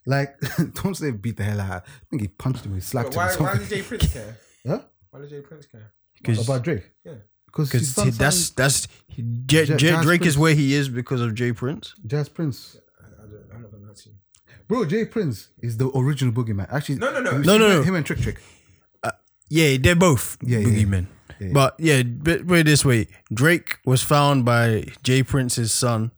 [SPEAKER 4] like don't say beat the hell out of- i think he punched him he slapped him or
[SPEAKER 5] Why? Why
[SPEAKER 4] something.
[SPEAKER 5] does Jay Prince care?
[SPEAKER 4] Huh?
[SPEAKER 5] Why does Jay Prince care?
[SPEAKER 6] Because
[SPEAKER 4] about Drake.
[SPEAKER 5] Yeah.
[SPEAKER 4] because
[SPEAKER 6] Because that's that's J,
[SPEAKER 4] Ja-
[SPEAKER 6] J-
[SPEAKER 4] Jazz
[SPEAKER 6] Drake
[SPEAKER 4] Prince.
[SPEAKER 6] is where he is because of Jay Prince.
[SPEAKER 4] Jazz Prince,
[SPEAKER 5] I, I don't, I'm not gonna answer you.
[SPEAKER 4] bro. Jay Prince is the original boogeyman. Actually,
[SPEAKER 5] No, no, no.
[SPEAKER 4] have you
[SPEAKER 6] No,
[SPEAKER 4] seen
[SPEAKER 6] no,
[SPEAKER 4] him-
[SPEAKER 6] no.
[SPEAKER 4] Him and Trick Trick.
[SPEAKER 6] Yeah, they're both
[SPEAKER 4] Yeah, yeah, yeah.
[SPEAKER 6] boogeymen.
[SPEAKER 4] Yeah, yeah.
[SPEAKER 6] But yeah, but put it this way: Drake was found by Jay Prince's son,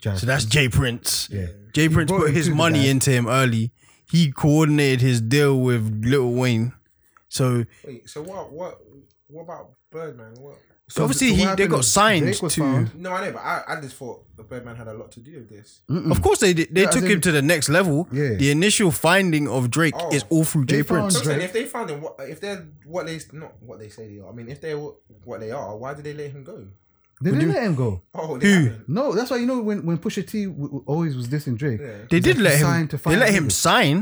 [SPEAKER 4] Jazz.
[SPEAKER 6] so that's Jay Prince.
[SPEAKER 4] Yeah.
[SPEAKER 6] Jay Prince
[SPEAKER 4] brought
[SPEAKER 6] put
[SPEAKER 4] him
[SPEAKER 6] his
[SPEAKER 4] to the
[SPEAKER 6] money
[SPEAKER 4] guy.
[SPEAKER 6] into him early. He coordinated his deal with Lil Wayne. So
[SPEAKER 5] Wait. So what? What? What about Birdman? What?
[SPEAKER 4] So
[SPEAKER 6] obviously
[SPEAKER 4] what
[SPEAKER 6] he- they
[SPEAKER 4] happened
[SPEAKER 6] got
[SPEAKER 4] is
[SPEAKER 6] signed
[SPEAKER 4] Drake was
[SPEAKER 6] to-
[SPEAKER 4] found-
[SPEAKER 5] No, I know, but I, I just thought the Birdman had a lot to do with this.
[SPEAKER 6] of course they did, they
[SPEAKER 4] Yeah, as
[SPEAKER 6] took
[SPEAKER 4] in-
[SPEAKER 6] him to the next level.
[SPEAKER 4] Yeah.
[SPEAKER 6] The initial finding of Drake
[SPEAKER 5] Oh.
[SPEAKER 6] is all through
[SPEAKER 4] They
[SPEAKER 6] Jay Prince.
[SPEAKER 5] So I'm saying,
[SPEAKER 4] Drake-
[SPEAKER 5] if they found him, what, if they're what they not what they say they are. I mean, if they're what they are, why did they let him go?
[SPEAKER 4] They didn't let him go.
[SPEAKER 5] Oh, they haven't.
[SPEAKER 4] No, that's why you know when when Pusha T w- w- always was dissing Drake.
[SPEAKER 5] Yeah.
[SPEAKER 6] They did
[SPEAKER 4] He
[SPEAKER 6] let him.
[SPEAKER 4] signed to
[SPEAKER 6] They
[SPEAKER 4] find
[SPEAKER 6] let him
[SPEAKER 4] niggas.
[SPEAKER 6] sign.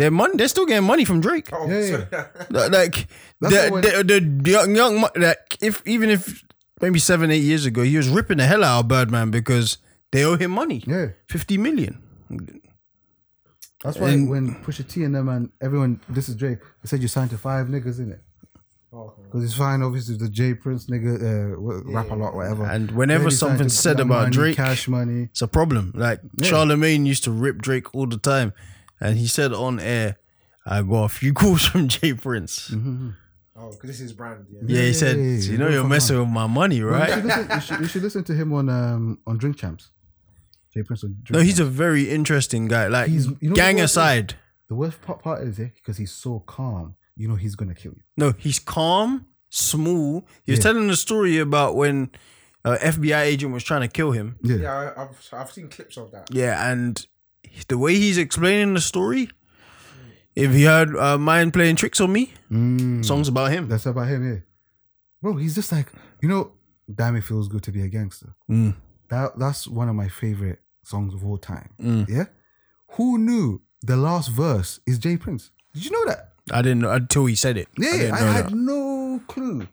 [SPEAKER 6] Their money. They're still getting money from Drake.
[SPEAKER 5] Oh,
[SPEAKER 4] Yeah,
[SPEAKER 5] so-
[SPEAKER 6] Li- Like the,
[SPEAKER 4] That's what
[SPEAKER 6] the, the, the young young mo- like if even if maybe seven eight years ago he was ripping the hell out of Birdman because they owe him money.
[SPEAKER 4] Yeah.
[SPEAKER 6] fifty million.
[SPEAKER 4] That's why
[SPEAKER 6] And-
[SPEAKER 4] when Pusha T and them and everyone this is Drake, they said you signed to five niggas in it.
[SPEAKER 5] Oh,
[SPEAKER 4] Because it's fine, obviously the Jay Prince nigga uh, wh- rap a lot, whatever.
[SPEAKER 6] And whenever
[SPEAKER 4] They decided
[SPEAKER 6] something's
[SPEAKER 4] to
[SPEAKER 6] said
[SPEAKER 4] get
[SPEAKER 6] about
[SPEAKER 4] money,
[SPEAKER 6] Drake-
[SPEAKER 4] cash money,
[SPEAKER 6] It's a problem. Like Charlemagne used to rip Drake all the time, and he said on air, "I got a few calls from Jay Prince."
[SPEAKER 5] because Oh, this is brand. Yeah.
[SPEAKER 6] Yeah, he said,
[SPEAKER 4] Mm-hmm. Yeah,
[SPEAKER 6] "You know
[SPEAKER 4] don't
[SPEAKER 6] you're
[SPEAKER 4] fuck
[SPEAKER 6] messing with my money,
[SPEAKER 4] You
[SPEAKER 6] right?"
[SPEAKER 4] should, listen, you, should, you should listen to him on um on Drink Champs. Jay Prince on Drink
[SPEAKER 6] No, he's
[SPEAKER 4] Champs.
[SPEAKER 6] a very interesting guy. Like
[SPEAKER 4] He's- you know what
[SPEAKER 6] gang
[SPEAKER 4] it is?
[SPEAKER 6] aside,
[SPEAKER 4] the worst part, part is because he's so calm. You know he's gonna kill you.
[SPEAKER 6] No, he's calm, smooth. He was
[SPEAKER 4] Yeah.
[SPEAKER 6] telling the story about when uh, an FBI agent was trying to kill him.
[SPEAKER 5] Yeah, I, I've I've seen clips of that.
[SPEAKER 6] Yeah, and the way he's explaining the story, if you heard uh, Mind Playing Tricks on Me,
[SPEAKER 4] Hmm.
[SPEAKER 6] songs about him.
[SPEAKER 4] Mm. That's about him, yeah. Bro, he's just like you know. Damn, it feels good to be a gangster.
[SPEAKER 6] Mm.
[SPEAKER 4] That that's one of my favorite songs of all time.
[SPEAKER 6] Mm.
[SPEAKER 4] Yeah, who knew the last verse is Jay Prince? Did you know that?
[SPEAKER 6] I didn't know until he said it. I
[SPEAKER 4] Yeah,
[SPEAKER 6] didn't
[SPEAKER 4] I,
[SPEAKER 6] know
[SPEAKER 4] had
[SPEAKER 6] that.
[SPEAKER 4] no clue,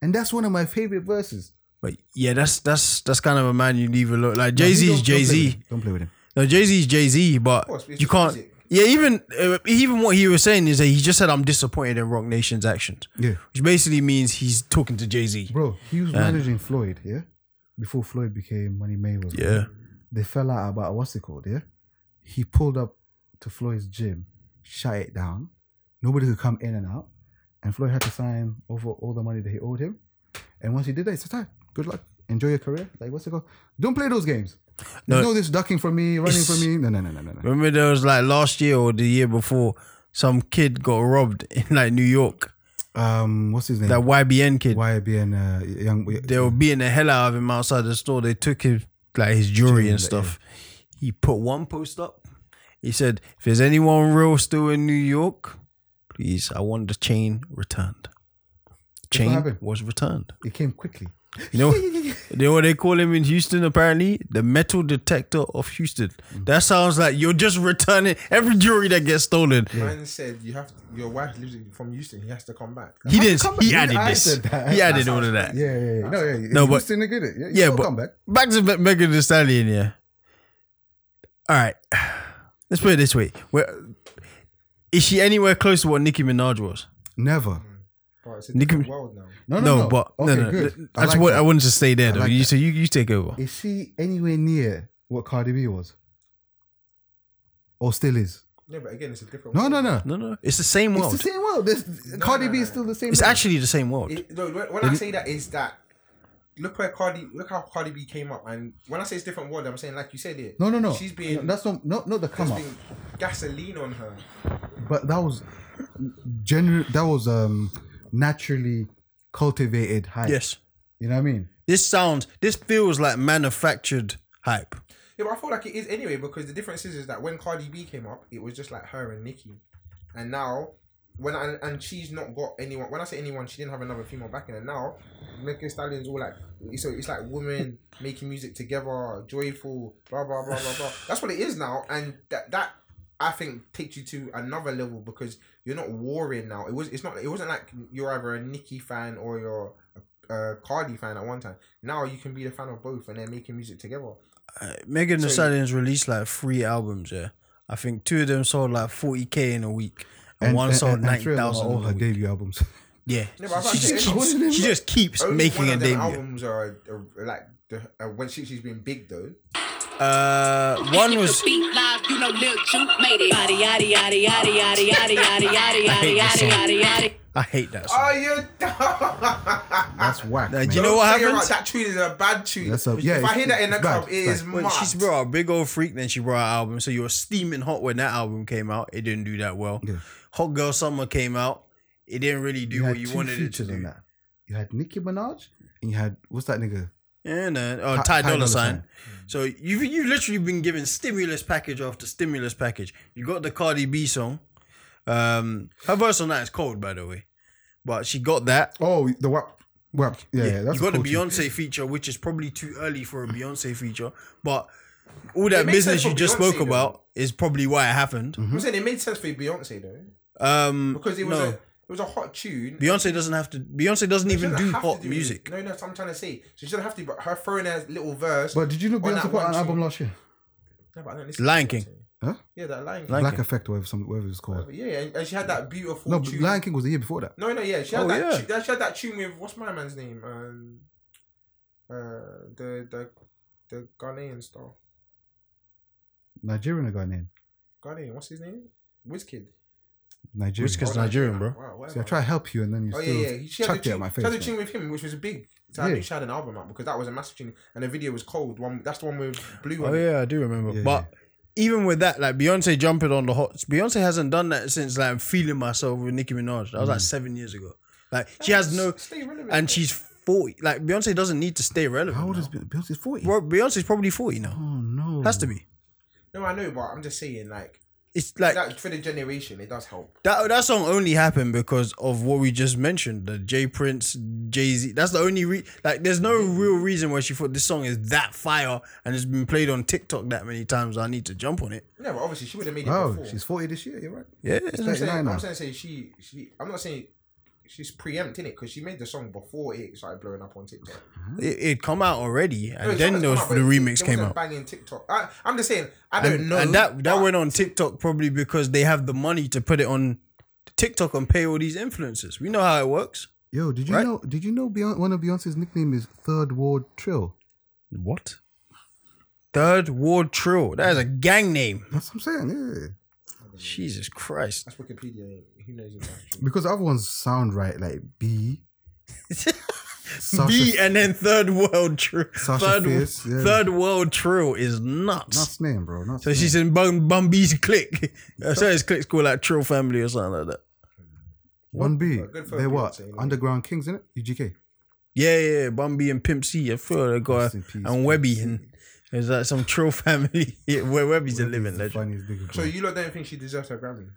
[SPEAKER 4] and that's one of my favorite verses.
[SPEAKER 6] But yeah, that's that's that's kind of a man you leave alone. Like
[SPEAKER 4] No,
[SPEAKER 6] Jay
[SPEAKER 4] he
[SPEAKER 6] Z's
[SPEAKER 4] don't- don't play
[SPEAKER 6] Jay
[SPEAKER 4] with
[SPEAKER 6] Z.
[SPEAKER 4] him. Don't play with him.
[SPEAKER 6] No, Jay Z's Jay Z, but
[SPEAKER 5] course, it's
[SPEAKER 6] you
[SPEAKER 5] just
[SPEAKER 6] can't.
[SPEAKER 5] music.
[SPEAKER 6] Yeah, even uh, even what he was saying is that he just said, "I'm disappointed in Rock Nation's actions,"
[SPEAKER 4] Yeah.
[SPEAKER 6] which basically means he's talking to Jay Z.
[SPEAKER 4] Bro, he was managing Floyd, yeah? Before Floyd became Money Mayweather.
[SPEAKER 6] Yeah.
[SPEAKER 4] They fell out about what's it called, yeah? He pulled up to Floyd's gym, shut it down. Nobody could come in and out. And Floyd had to sign over all the money that he owed him. And once he did that, he said, "Alright, good luck. Enjoy your career. Like, what's it called? Don't play those games. No,
[SPEAKER 6] No.
[SPEAKER 4] you know this ducking from me, running from
[SPEAKER 6] It's-
[SPEAKER 4] me. No, no, no, no, no, no.
[SPEAKER 6] Remember there was like last year or the year before, some kid got robbed in like New York.
[SPEAKER 4] Um, what's his name?
[SPEAKER 6] That YBN kid.
[SPEAKER 4] YBN uh, young.
[SPEAKER 6] They were beating the hell out of him outside the store. They took his like his jewelry and stuff. He put one post up He said, if there's anyone real still in New York, please, I want the chain returned. Chain
[SPEAKER 4] happened?
[SPEAKER 6] was returned.
[SPEAKER 4] It came quickly.
[SPEAKER 6] You know, you know what they call him in Houston, apparently? The metal detector of Houston. That sounds like you're just returning every jewelry that gets stolen.
[SPEAKER 5] Man said you have to, your wife lives in- from Houston. He has to come back.
[SPEAKER 6] He didn't.
[SPEAKER 4] come back.
[SPEAKER 6] He
[SPEAKER 4] Yeah,
[SPEAKER 6] added
[SPEAKER 4] I
[SPEAKER 6] this.
[SPEAKER 4] said that.
[SPEAKER 6] He added all of that.
[SPEAKER 4] Yeah, yeah, yeah. No, yeah.
[SPEAKER 6] No,
[SPEAKER 4] you
[SPEAKER 6] but-
[SPEAKER 4] still did it. Yeah, you
[SPEAKER 6] Yeah,
[SPEAKER 4] still
[SPEAKER 6] but
[SPEAKER 4] come back.
[SPEAKER 6] back to Meg- Megan Thee Stallion. Yeah. All right. Let's put it this way: Where is she anywhere close to what Nicki Minaj was?
[SPEAKER 4] Never.
[SPEAKER 5] But it's a
[SPEAKER 6] Nicki-
[SPEAKER 5] different world now.
[SPEAKER 4] No, no,
[SPEAKER 6] No,
[SPEAKER 4] no.
[SPEAKER 6] but
[SPEAKER 4] Okay,
[SPEAKER 6] no, no.
[SPEAKER 4] good.
[SPEAKER 6] th-
[SPEAKER 4] I
[SPEAKER 6] That's
[SPEAKER 4] like
[SPEAKER 6] what
[SPEAKER 4] that.
[SPEAKER 6] I wanted to stay there. Though
[SPEAKER 4] like
[SPEAKER 6] you
[SPEAKER 4] that.
[SPEAKER 6] so you you take over.
[SPEAKER 4] Is she anywhere near what Cardi B was? Or still is?
[SPEAKER 5] No, but again, it's a different.
[SPEAKER 4] No,
[SPEAKER 5] world
[SPEAKER 4] no,
[SPEAKER 5] now.
[SPEAKER 4] no.
[SPEAKER 6] No, no, it's the same world.
[SPEAKER 4] It's the same world. There's, Cardi B is still the same.
[SPEAKER 6] It's
[SPEAKER 4] level.
[SPEAKER 6] actually the same world.
[SPEAKER 5] It, no, when when I say that is that look where Cardi, look how Cardi B came up, and when I say it's different world, I'm saying like you said it.
[SPEAKER 4] no, no, no.
[SPEAKER 5] She's being
[SPEAKER 4] That's not not not the come
[SPEAKER 5] there's
[SPEAKER 4] up.
[SPEAKER 5] been gasoline on her.
[SPEAKER 4] But that was general. That was um naturally cultivated hype.
[SPEAKER 6] yes,
[SPEAKER 4] You know what I mean?
[SPEAKER 6] this sounds. This feels like manufactured hype.
[SPEAKER 5] Yeah, but I feel like it is anyway because the difference is, is that when Cardi B came up, it was just like her and Nicki, and now when and, and she's not got anyone. When I say anyone, she didn't have another female backing, and now Megan Thee Stallion's all like, so it's like women making music together, joyful, blah blah blah blah blah. That's what it is now, and that that I think takes you to another level because you're not warring now. It was it's not it wasn't like you're either a Nicki fan or you're. A Cardi fan at one time. Now you can be the fan of both, and they're making music together.
[SPEAKER 6] Uh, Megan Thee
[SPEAKER 5] So-
[SPEAKER 6] Stallion's released like three albums. Yeah, I think two of them sold like forty k in a week, and, one sold
[SPEAKER 4] and three
[SPEAKER 6] ninety
[SPEAKER 4] of them are
[SPEAKER 6] thousand.
[SPEAKER 4] all her debut albums.
[SPEAKER 6] Yeah,
[SPEAKER 5] No, but I
[SPEAKER 6] she,
[SPEAKER 5] thought-
[SPEAKER 6] just keeps, she just keeps
[SPEAKER 5] Only
[SPEAKER 6] making
[SPEAKER 5] one
[SPEAKER 6] a
[SPEAKER 5] of them
[SPEAKER 6] debut.
[SPEAKER 5] Albums are, are, are like the, uh, when she, she's been big though.
[SPEAKER 6] Uh, one was
[SPEAKER 1] beat live, you know, Lil Juke made it. Yada yada yada yada yada yada yada yada
[SPEAKER 6] hate this
[SPEAKER 1] yada
[SPEAKER 6] song.
[SPEAKER 1] yada yada.
[SPEAKER 6] I hate that song.
[SPEAKER 5] Are you dumb?
[SPEAKER 4] That's whack.
[SPEAKER 6] Now,
[SPEAKER 4] man.
[SPEAKER 6] do you know what happens?
[SPEAKER 5] That tune is a bad tune.
[SPEAKER 4] That's a- yeah,
[SPEAKER 5] if I
[SPEAKER 4] it's-
[SPEAKER 5] hear that in the
[SPEAKER 4] it's bad,
[SPEAKER 5] club, it
[SPEAKER 4] it's
[SPEAKER 5] is
[SPEAKER 6] When
[SPEAKER 5] mad.
[SPEAKER 6] she's brought out a big old freak, then she brought out album. So you were steaming hot when that album came out. It didn't do that well.
[SPEAKER 4] Yeah.
[SPEAKER 6] Hot Girl Summer came out. It didn't really do what
[SPEAKER 4] had
[SPEAKER 6] you
[SPEAKER 4] two
[SPEAKER 6] wanted it to
[SPEAKER 4] features on
[SPEAKER 6] do.
[SPEAKER 4] that. You had Nicki Minaj and you had what's that nigga?
[SPEAKER 6] Yeah, no. Oh,
[SPEAKER 4] Ty-
[SPEAKER 6] Ty, Dolla Sign. So you've you've literally been given stimulus package after stimulus package. You got the Cardi B song. Um, her verse on that is cold, by the way. But she got that.
[SPEAKER 4] Oh, the WAP. WAP. Yeah, yeah. that's
[SPEAKER 6] you got the
[SPEAKER 4] cool too.
[SPEAKER 6] Beyonce feature, which is probably too early for a Beyonce feature, but all that
[SPEAKER 5] makes sense
[SPEAKER 6] business you
[SPEAKER 5] for
[SPEAKER 6] just
[SPEAKER 5] Beyonce,
[SPEAKER 6] spoke about is probably why it happened.
[SPEAKER 5] I'm saying it made sense for Beyonce though
[SPEAKER 6] Um,
[SPEAKER 5] because it was
[SPEAKER 6] no,
[SPEAKER 5] a it was a hot tune.
[SPEAKER 6] Beyonce doesn't have to. Beyonce doesn't
[SPEAKER 5] She
[SPEAKER 6] even
[SPEAKER 5] doesn't
[SPEAKER 6] do
[SPEAKER 5] have to
[SPEAKER 6] hot
[SPEAKER 5] it.
[SPEAKER 6] music.
[SPEAKER 5] No, no, that's what I'm trying to say. So she doesn't have to, but her throwing her little verse.
[SPEAKER 4] But did you know
[SPEAKER 5] on that
[SPEAKER 4] Beyonce put
[SPEAKER 5] one
[SPEAKER 4] out an
[SPEAKER 5] tune-
[SPEAKER 4] album last year?
[SPEAKER 5] No, but I don't listen to
[SPEAKER 6] Lion King.
[SPEAKER 5] Beyonce.
[SPEAKER 4] Huh?
[SPEAKER 5] Yeah, that Lion King.
[SPEAKER 6] Lion
[SPEAKER 4] Black
[SPEAKER 6] King.
[SPEAKER 4] Effect or whatever, some- whatever it's called.
[SPEAKER 5] Yeah, and, and she had that beautiful.
[SPEAKER 4] No, but
[SPEAKER 5] tune.
[SPEAKER 4] Lion King was the year before that.
[SPEAKER 5] No, no, yeah, she had
[SPEAKER 6] Oh,
[SPEAKER 5] that.
[SPEAKER 6] yeah.
[SPEAKER 5] She, that- she had that tune with what's my man's name? Um, uh, the the the Ghanaian star.
[SPEAKER 4] Nigerian guy named
[SPEAKER 5] Ghanaian, what's his name? Wizkid.
[SPEAKER 4] Nigerian.
[SPEAKER 6] Which is
[SPEAKER 5] Or
[SPEAKER 6] Nigerian, bro.
[SPEAKER 5] Wow, whatever.
[SPEAKER 4] See, I try to help you and then you
[SPEAKER 5] Oh
[SPEAKER 4] still
[SPEAKER 5] yeah, yeah. She had, the
[SPEAKER 4] chucked it
[SPEAKER 5] tune,
[SPEAKER 4] at my
[SPEAKER 5] she had the
[SPEAKER 4] face.
[SPEAKER 5] tune
[SPEAKER 4] man.
[SPEAKER 5] with him, which was big. So I
[SPEAKER 4] Yeah.
[SPEAKER 5] knew she had an album out because that was a massive tune, and the video was cold. One that's the one with blue.
[SPEAKER 6] Oh
[SPEAKER 5] on it.
[SPEAKER 6] yeah, I do remember.
[SPEAKER 4] Yeah,
[SPEAKER 6] but even with that, like Beyonce jumping on the hot, Beyonce hasn't done that since like feeling myself with Nicki Minaj. That was like seven years ago. Like she has no,
[SPEAKER 5] Stay relevant.
[SPEAKER 6] and she's forty. Like Beyonce doesn't need to stay relevant.
[SPEAKER 4] How old is
[SPEAKER 6] now.
[SPEAKER 4] Beyonce? Beyonce's 40.
[SPEAKER 6] Bro, Beyonce's probably forty now.
[SPEAKER 4] Oh, no.
[SPEAKER 6] Has to be.
[SPEAKER 5] no, I know, but I'm just saying, like
[SPEAKER 6] It's like
[SPEAKER 5] that for the generation, it does help.
[SPEAKER 6] That that song only happened because of what we just mentioned, the J Prince, Jay Z. That's the only re- like. There's no real reason why she thought this song is that fire and it's been played on TikTok that many times. I need to jump on it.
[SPEAKER 5] No, but obviously she would have made it
[SPEAKER 4] Oh,
[SPEAKER 5] before.
[SPEAKER 4] she's 40 this year. You're right.
[SPEAKER 6] Yeah,
[SPEAKER 5] I'm saying,
[SPEAKER 4] 39
[SPEAKER 5] I'm
[SPEAKER 4] now.
[SPEAKER 5] saying say she, she, I'm not saying she's preempting it because she made the song before it started blowing up on TikTok.
[SPEAKER 6] it, it come out already,
[SPEAKER 5] No,
[SPEAKER 6] and
[SPEAKER 5] it's
[SPEAKER 6] then
[SPEAKER 5] not- it's
[SPEAKER 6] those
[SPEAKER 5] not,
[SPEAKER 6] the
[SPEAKER 5] but it-
[SPEAKER 6] remix
[SPEAKER 5] it
[SPEAKER 6] came
[SPEAKER 5] wasn't
[SPEAKER 6] out.
[SPEAKER 5] Banging TikTok. I, I'm just saying, I don't
[SPEAKER 6] And,
[SPEAKER 5] know.
[SPEAKER 6] and that that
[SPEAKER 5] but
[SPEAKER 6] went on TikTok probably because they have the money to put it on TikTok and pay all these influencers. We know how it works.
[SPEAKER 4] Yo, did you
[SPEAKER 6] Right?
[SPEAKER 4] know Did you know Beyonce, one of Beyonce's nickname is Third Ward Trill?
[SPEAKER 6] What? Third Ward Trill. That is a gang name.
[SPEAKER 4] That's what I'm saying, yeah.
[SPEAKER 6] Jesus Christ.
[SPEAKER 5] That's Wikipedia. Who knows? If that's true.
[SPEAKER 4] Because other ones sound right, like B. Sasha
[SPEAKER 6] B and then third world true.
[SPEAKER 4] Sasha
[SPEAKER 6] Third,
[SPEAKER 4] Fierce, yeah.
[SPEAKER 6] third world true is nuts.
[SPEAKER 4] Not name, bro. Not
[SPEAKER 6] so she's in Bum, Bumby's clique. Uh, so his clique's called like Trill Family or something like that.
[SPEAKER 4] one B.
[SPEAKER 5] Good for
[SPEAKER 4] They're what?
[SPEAKER 5] Beyonce, innit?
[SPEAKER 4] Underground Kings, innit? UGK.
[SPEAKER 6] Yeah, yeah, yeah. Bumby and Pimp C. I feel they got
[SPEAKER 4] Rest in peace,
[SPEAKER 6] and Webby and It was like some troll family where- wherever he's a living
[SPEAKER 4] the
[SPEAKER 6] legend.
[SPEAKER 4] funniest nigga.
[SPEAKER 5] So you lot don't think she deserves her Grammy?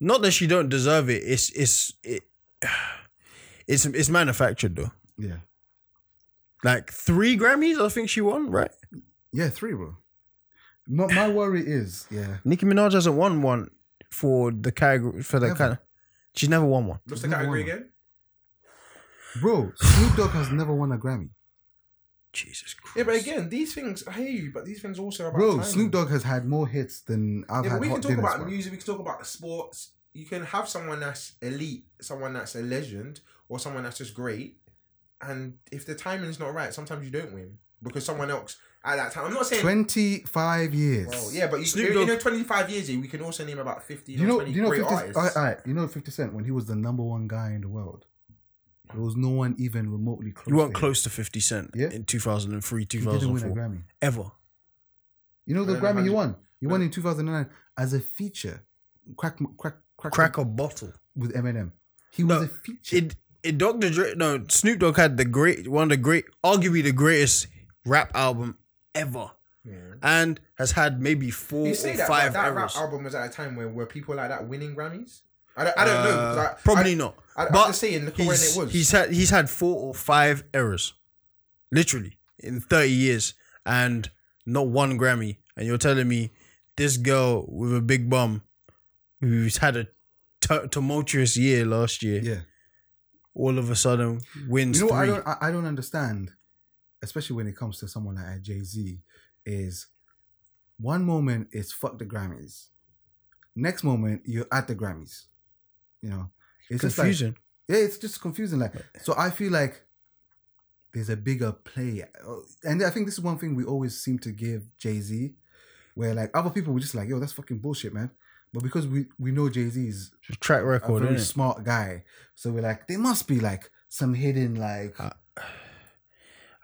[SPEAKER 6] Not that she don't deserve it. It's it's it, it's it's manufactured though.
[SPEAKER 4] yeah,
[SPEAKER 6] Like three Grammys, I think she won. Right?
[SPEAKER 4] yeah, three, bro. My, my worry is, yeah,
[SPEAKER 6] Nicki Minaj hasn't won one for the category for that
[SPEAKER 4] Never.
[SPEAKER 6] kind of. She's never won one.
[SPEAKER 5] What's the
[SPEAKER 4] Never
[SPEAKER 5] category
[SPEAKER 4] won.
[SPEAKER 5] again?
[SPEAKER 4] bro. Snoop Dogg has never won a Grammy,
[SPEAKER 6] Jesus Christ.
[SPEAKER 5] Yeah, but again, these things. I hear you, but these things also about
[SPEAKER 4] bro.
[SPEAKER 5] timing.
[SPEAKER 4] Snoop Dogg has had more hits than I've
[SPEAKER 5] Yeah,
[SPEAKER 4] had.
[SPEAKER 5] but we
[SPEAKER 4] hot
[SPEAKER 5] can talk
[SPEAKER 4] dinners,
[SPEAKER 5] about
[SPEAKER 4] bro.
[SPEAKER 5] music. We can talk about sports. You can have someone that's elite, someone that's a legend, or someone that's just great. And if the timing's not right, sometimes you don't win because someone else at that time. I'm not saying.
[SPEAKER 4] Twenty-five years.
[SPEAKER 5] well, yeah, but you,
[SPEAKER 6] Snoop
[SPEAKER 5] you
[SPEAKER 6] Dogg-
[SPEAKER 5] know, 25 years, here, we can also name about 15
[SPEAKER 4] you
[SPEAKER 5] or
[SPEAKER 4] know,
[SPEAKER 5] 20
[SPEAKER 4] you know,
[SPEAKER 5] great
[SPEAKER 4] 50,
[SPEAKER 5] artists.
[SPEAKER 4] alright, alright, you know, Fifty Cent when he was the number one guy in the world, there was no one even remotely close.
[SPEAKER 6] You weren't
[SPEAKER 4] to him.
[SPEAKER 6] close to 50 Cent
[SPEAKER 4] Yeah.
[SPEAKER 6] in 2003,
[SPEAKER 4] He didn't win a
[SPEAKER 6] 2004.
[SPEAKER 4] Grammy.
[SPEAKER 6] Ever.
[SPEAKER 4] You know the
[SPEAKER 5] I don't know
[SPEAKER 4] Grammy
[SPEAKER 5] how
[SPEAKER 4] he
[SPEAKER 5] you-
[SPEAKER 4] won. He won in two thousand nine as a feature. Crack, crack, crack,
[SPEAKER 6] Crack a bottle.
[SPEAKER 4] with Eminem. He
[SPEAKER 6] No,
[SPEAKER 4] was a feature.
[SPEAKER 6] It, it Dr. Dre, no, Snoop Dogg had the great, one of the great, arguably the greatest rap album ever.
[SPEAKER 5] Yeah.
[SPEAKER 6] And has had maybe four
[SPEAKER 5] You
[SPEAKER 6] or
[SPEAKER 5] say that,
[SPEAKER 6] five
[SPEAKER 5] but that
[SPEAKER 6] eras.
[SPEAKER 5] rap album was at a time where were people like that winning Grammys? I don't, I don't know.
[SPEAKER 6] Uh,
[SPEAKER 5] 'cause I-
[SPEAKER 6] probably
[SPEAKER 5] I-
[SPEAKER 6] not.
[SPEAKER 5] I- I'm
[SPEAKER 6] but
[SPEAKER 5] just saying, look at when
[SPEAKER 6] he's,
[SPEAKER 5] it was.
[SPEAKER 6] He's had he's had four or five errors, literally in thirty years, and not one Grammy. And you're telling me this girl with a big bum, who's had a tu- tumultuous year last year,
[SPEAKER 4] yeah.
[SPEAKER 6] all of a sudden wins
[SPEAKER 4] You know what I
[SPEAKER 6] three.
[SPEAKER 4] don't I, I don't understand, especially when it comes to someone like Jay Z, is one moment it's fuck the Grammys, next moment you're at the Grammys. You know, it's just like
[SPEAKER 6] Confusing.
[SPEAKER 4] yeah, it's just confusing. Like, so I feel like there's a bigger play, Oh, and I think this is one thing we always seem to give Jay Z, where like other people were just like, "Yo, that's fucking bullshit, man." But because we we know Jay Z is
[SPEAKER 6] Track
[SPEAKER 4] a
[SPEAKER 6] record,
[SPEAKER 4] very
[SPEAKER 6] is
[SPEAKER 4] smart guy, so we're like, there must be like some hidden like.
[SPEAKER 6] Uh,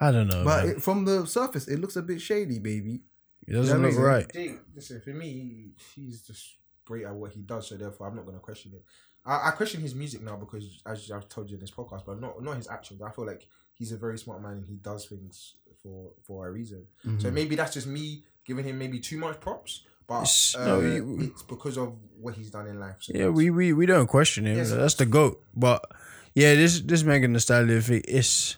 [SPEAKER 6] I don't know.
[SPEAKER 4] but
[SPEAKER 6] man.
[SPEAKER 4] it, from the surface, it looks a bit shady, baby.
[SPEAKER 6] it doesn't
[SPEAKER 4] that
[SPEAKER 6] look
[SPEAKER 4] reason-
[SPEAKER 6] right.
[SPEAKER 5] Jay, listen, for me, he's just great at what he does, so therefore I'm not going to question it. I, I question his music now because, as I've told you in this podcast, but not not his actions. I feel like he's a very smart man and he does things for for a reason.
[SPEAKER 6] Hmm. Mm-hmm.
[SPEAKER 5] So maybe that's just me giving him maybe too much props, but
[SPEAKER 6] It's-
[SPEAKER 5] uh,
[SPEAKER 6] no, you-
[SPEAKER 5] it's because of what he's done in life. So
[SPEAKER 6] Yeah, we we, we don't question him.
[SPEAKER 5] Yes.
[SPEAKER 6] That's the goat. But yeah, this this Megan Thee Stallion thing, it's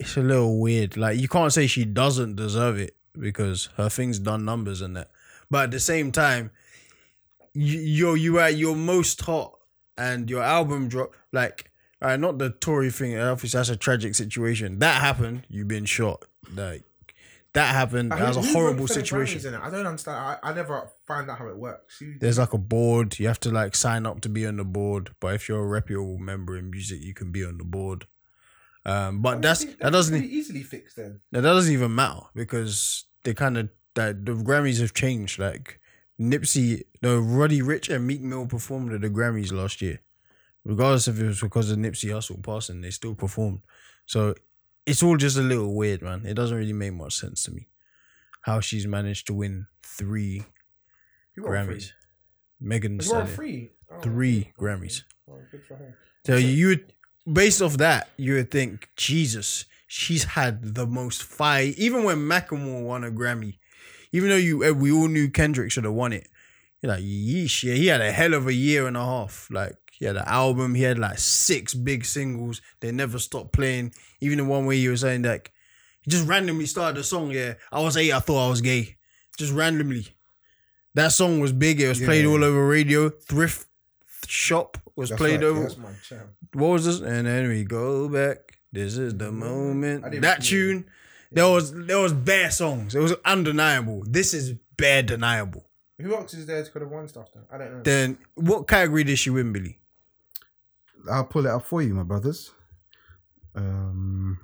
[SPEAKER 6] it's a little weird. Like you can't say she doesn't deserve it because her thing's done numbers and that. But at the same time, you, you're you at your most hot and your album drop like all right, not the Tory thing. Obviously, that's a tragic situation. That happened. You've been shot. Like that happened.
[SPEAKER 5] I
[SPEAKER 6] That was a
[SPEAKER 5] Uh, who- who
[SPEAKER 6] horrible
[SPEAKER 5] voted for the
[SPEAKER 6] situation
[SPEAKER 5] Grammys in it? I don't understand. I, I never found out how it works. Who-
[SPEAKER 6] there's like a board you have to like sign up to be on the board but if you're a reputable member in music you can be on the board um but that's that
[SPEAKER 5] pretty
[SPEAKER 6] doesn't e-
[SPEAKER 5] easily fix then.
[SPEAKER 6] that doesn't even matter because they kind of that the grammys have changed like nipsey no ruddy rich and meek mill performed at the grammys last year regardless if it was because of nipsey hustle passing they still performed so it's all just a little weird man it doesn't really make much sense to me how she's managed to win three
[SPEAKER 5] Who won three?
[SPEAKER 6] Grammys. Megan Thee
[SPEAKER 5] You won
[SPEAKER 6] Stallion.
[SPEAKER 5] three. Oh,
[SPEAKER 6] Three
[SPEAKER 5] okay.
[SPEAKER 6] Grammys.
[SPEAKER 5] Well, good for her.
[SPEAKER 6] So you would, based off that, you would think, Jesus, she's had the most fire. Even when Macklemore won a Grammy, even though you eh, we all knew Kendrick should have won it, you're like, yeesh, yeah, he had a hell of a year and a half. Like, he had an album, he had like six big singles. They never stopped playing. Even the one where you were saying, like, he just randomly started a song, yeah, I was eight, I thought I was gay. Just randomly. That song was big. It was played all over radio. Thrift shop was
[SPEAKER 5] That's
[SPEAKER 6] played
[SPEAKER 5] right,
[SPEAKER 6] over
[SPEAKER 5] That's my jam.
[SPEAKER 6] what was this? And then we go back. This is the
[SPEAKER 5] Mm-hmm. I
[SPEAKER 6] moment.
[SPEAKER 5] didn't
[SPEAKER 6] That
[SPEAKER 5] hear it.
[SPEAKER 6] tune, there was there was bare songs. It was undeniable. This is bare deniable.
[SPEAKER 5] Who else is there to could have won stuff then? I don't know.
[SPEAKER 6] Then what category did she win, Billy?
[SPEAKER 4] I'll pull it up for you, my brothers. Um,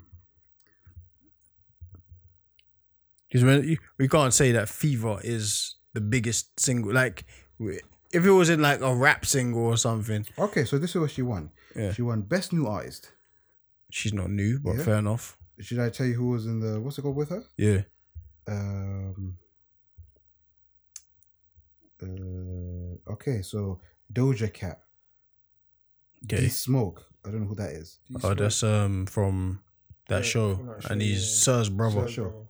[SPEAKER 6] Because we can't say that Fever is the biggest single. Like we- if it was in like a rap single or something,
[SPEAKER 4] okay, so this is what she won.
[SPEAKER 6] Yeah.
[SPEAKER 4] She won Best New Artist.
[SPEAKER 6] she's not new, but
[SPEAKER 4] Yeah.
[SPEAKER 6] fair enough.
[SPEAKER 4] Should I tell you who was in the what's it called with her?
[SPEAKER 6] Yeah,
[SPEAKER 4] Um, uh, okay, so Doja Cat,
[SPEAKER 6] yeah.
[SPEAKER 4] D Smoke. I don't know who that is.
[SPEAKER 6] Oh, that's um from that
[SPEAKER 5] Yeah,
[SPEAKER 6] show,
[SPEAKER 5] from that show,
[SPEAKER 6] and he's
[SPEAKER 5] yeah.
[SPEAKER 6] Sir's brother.
[SPEAKER 4] Sure.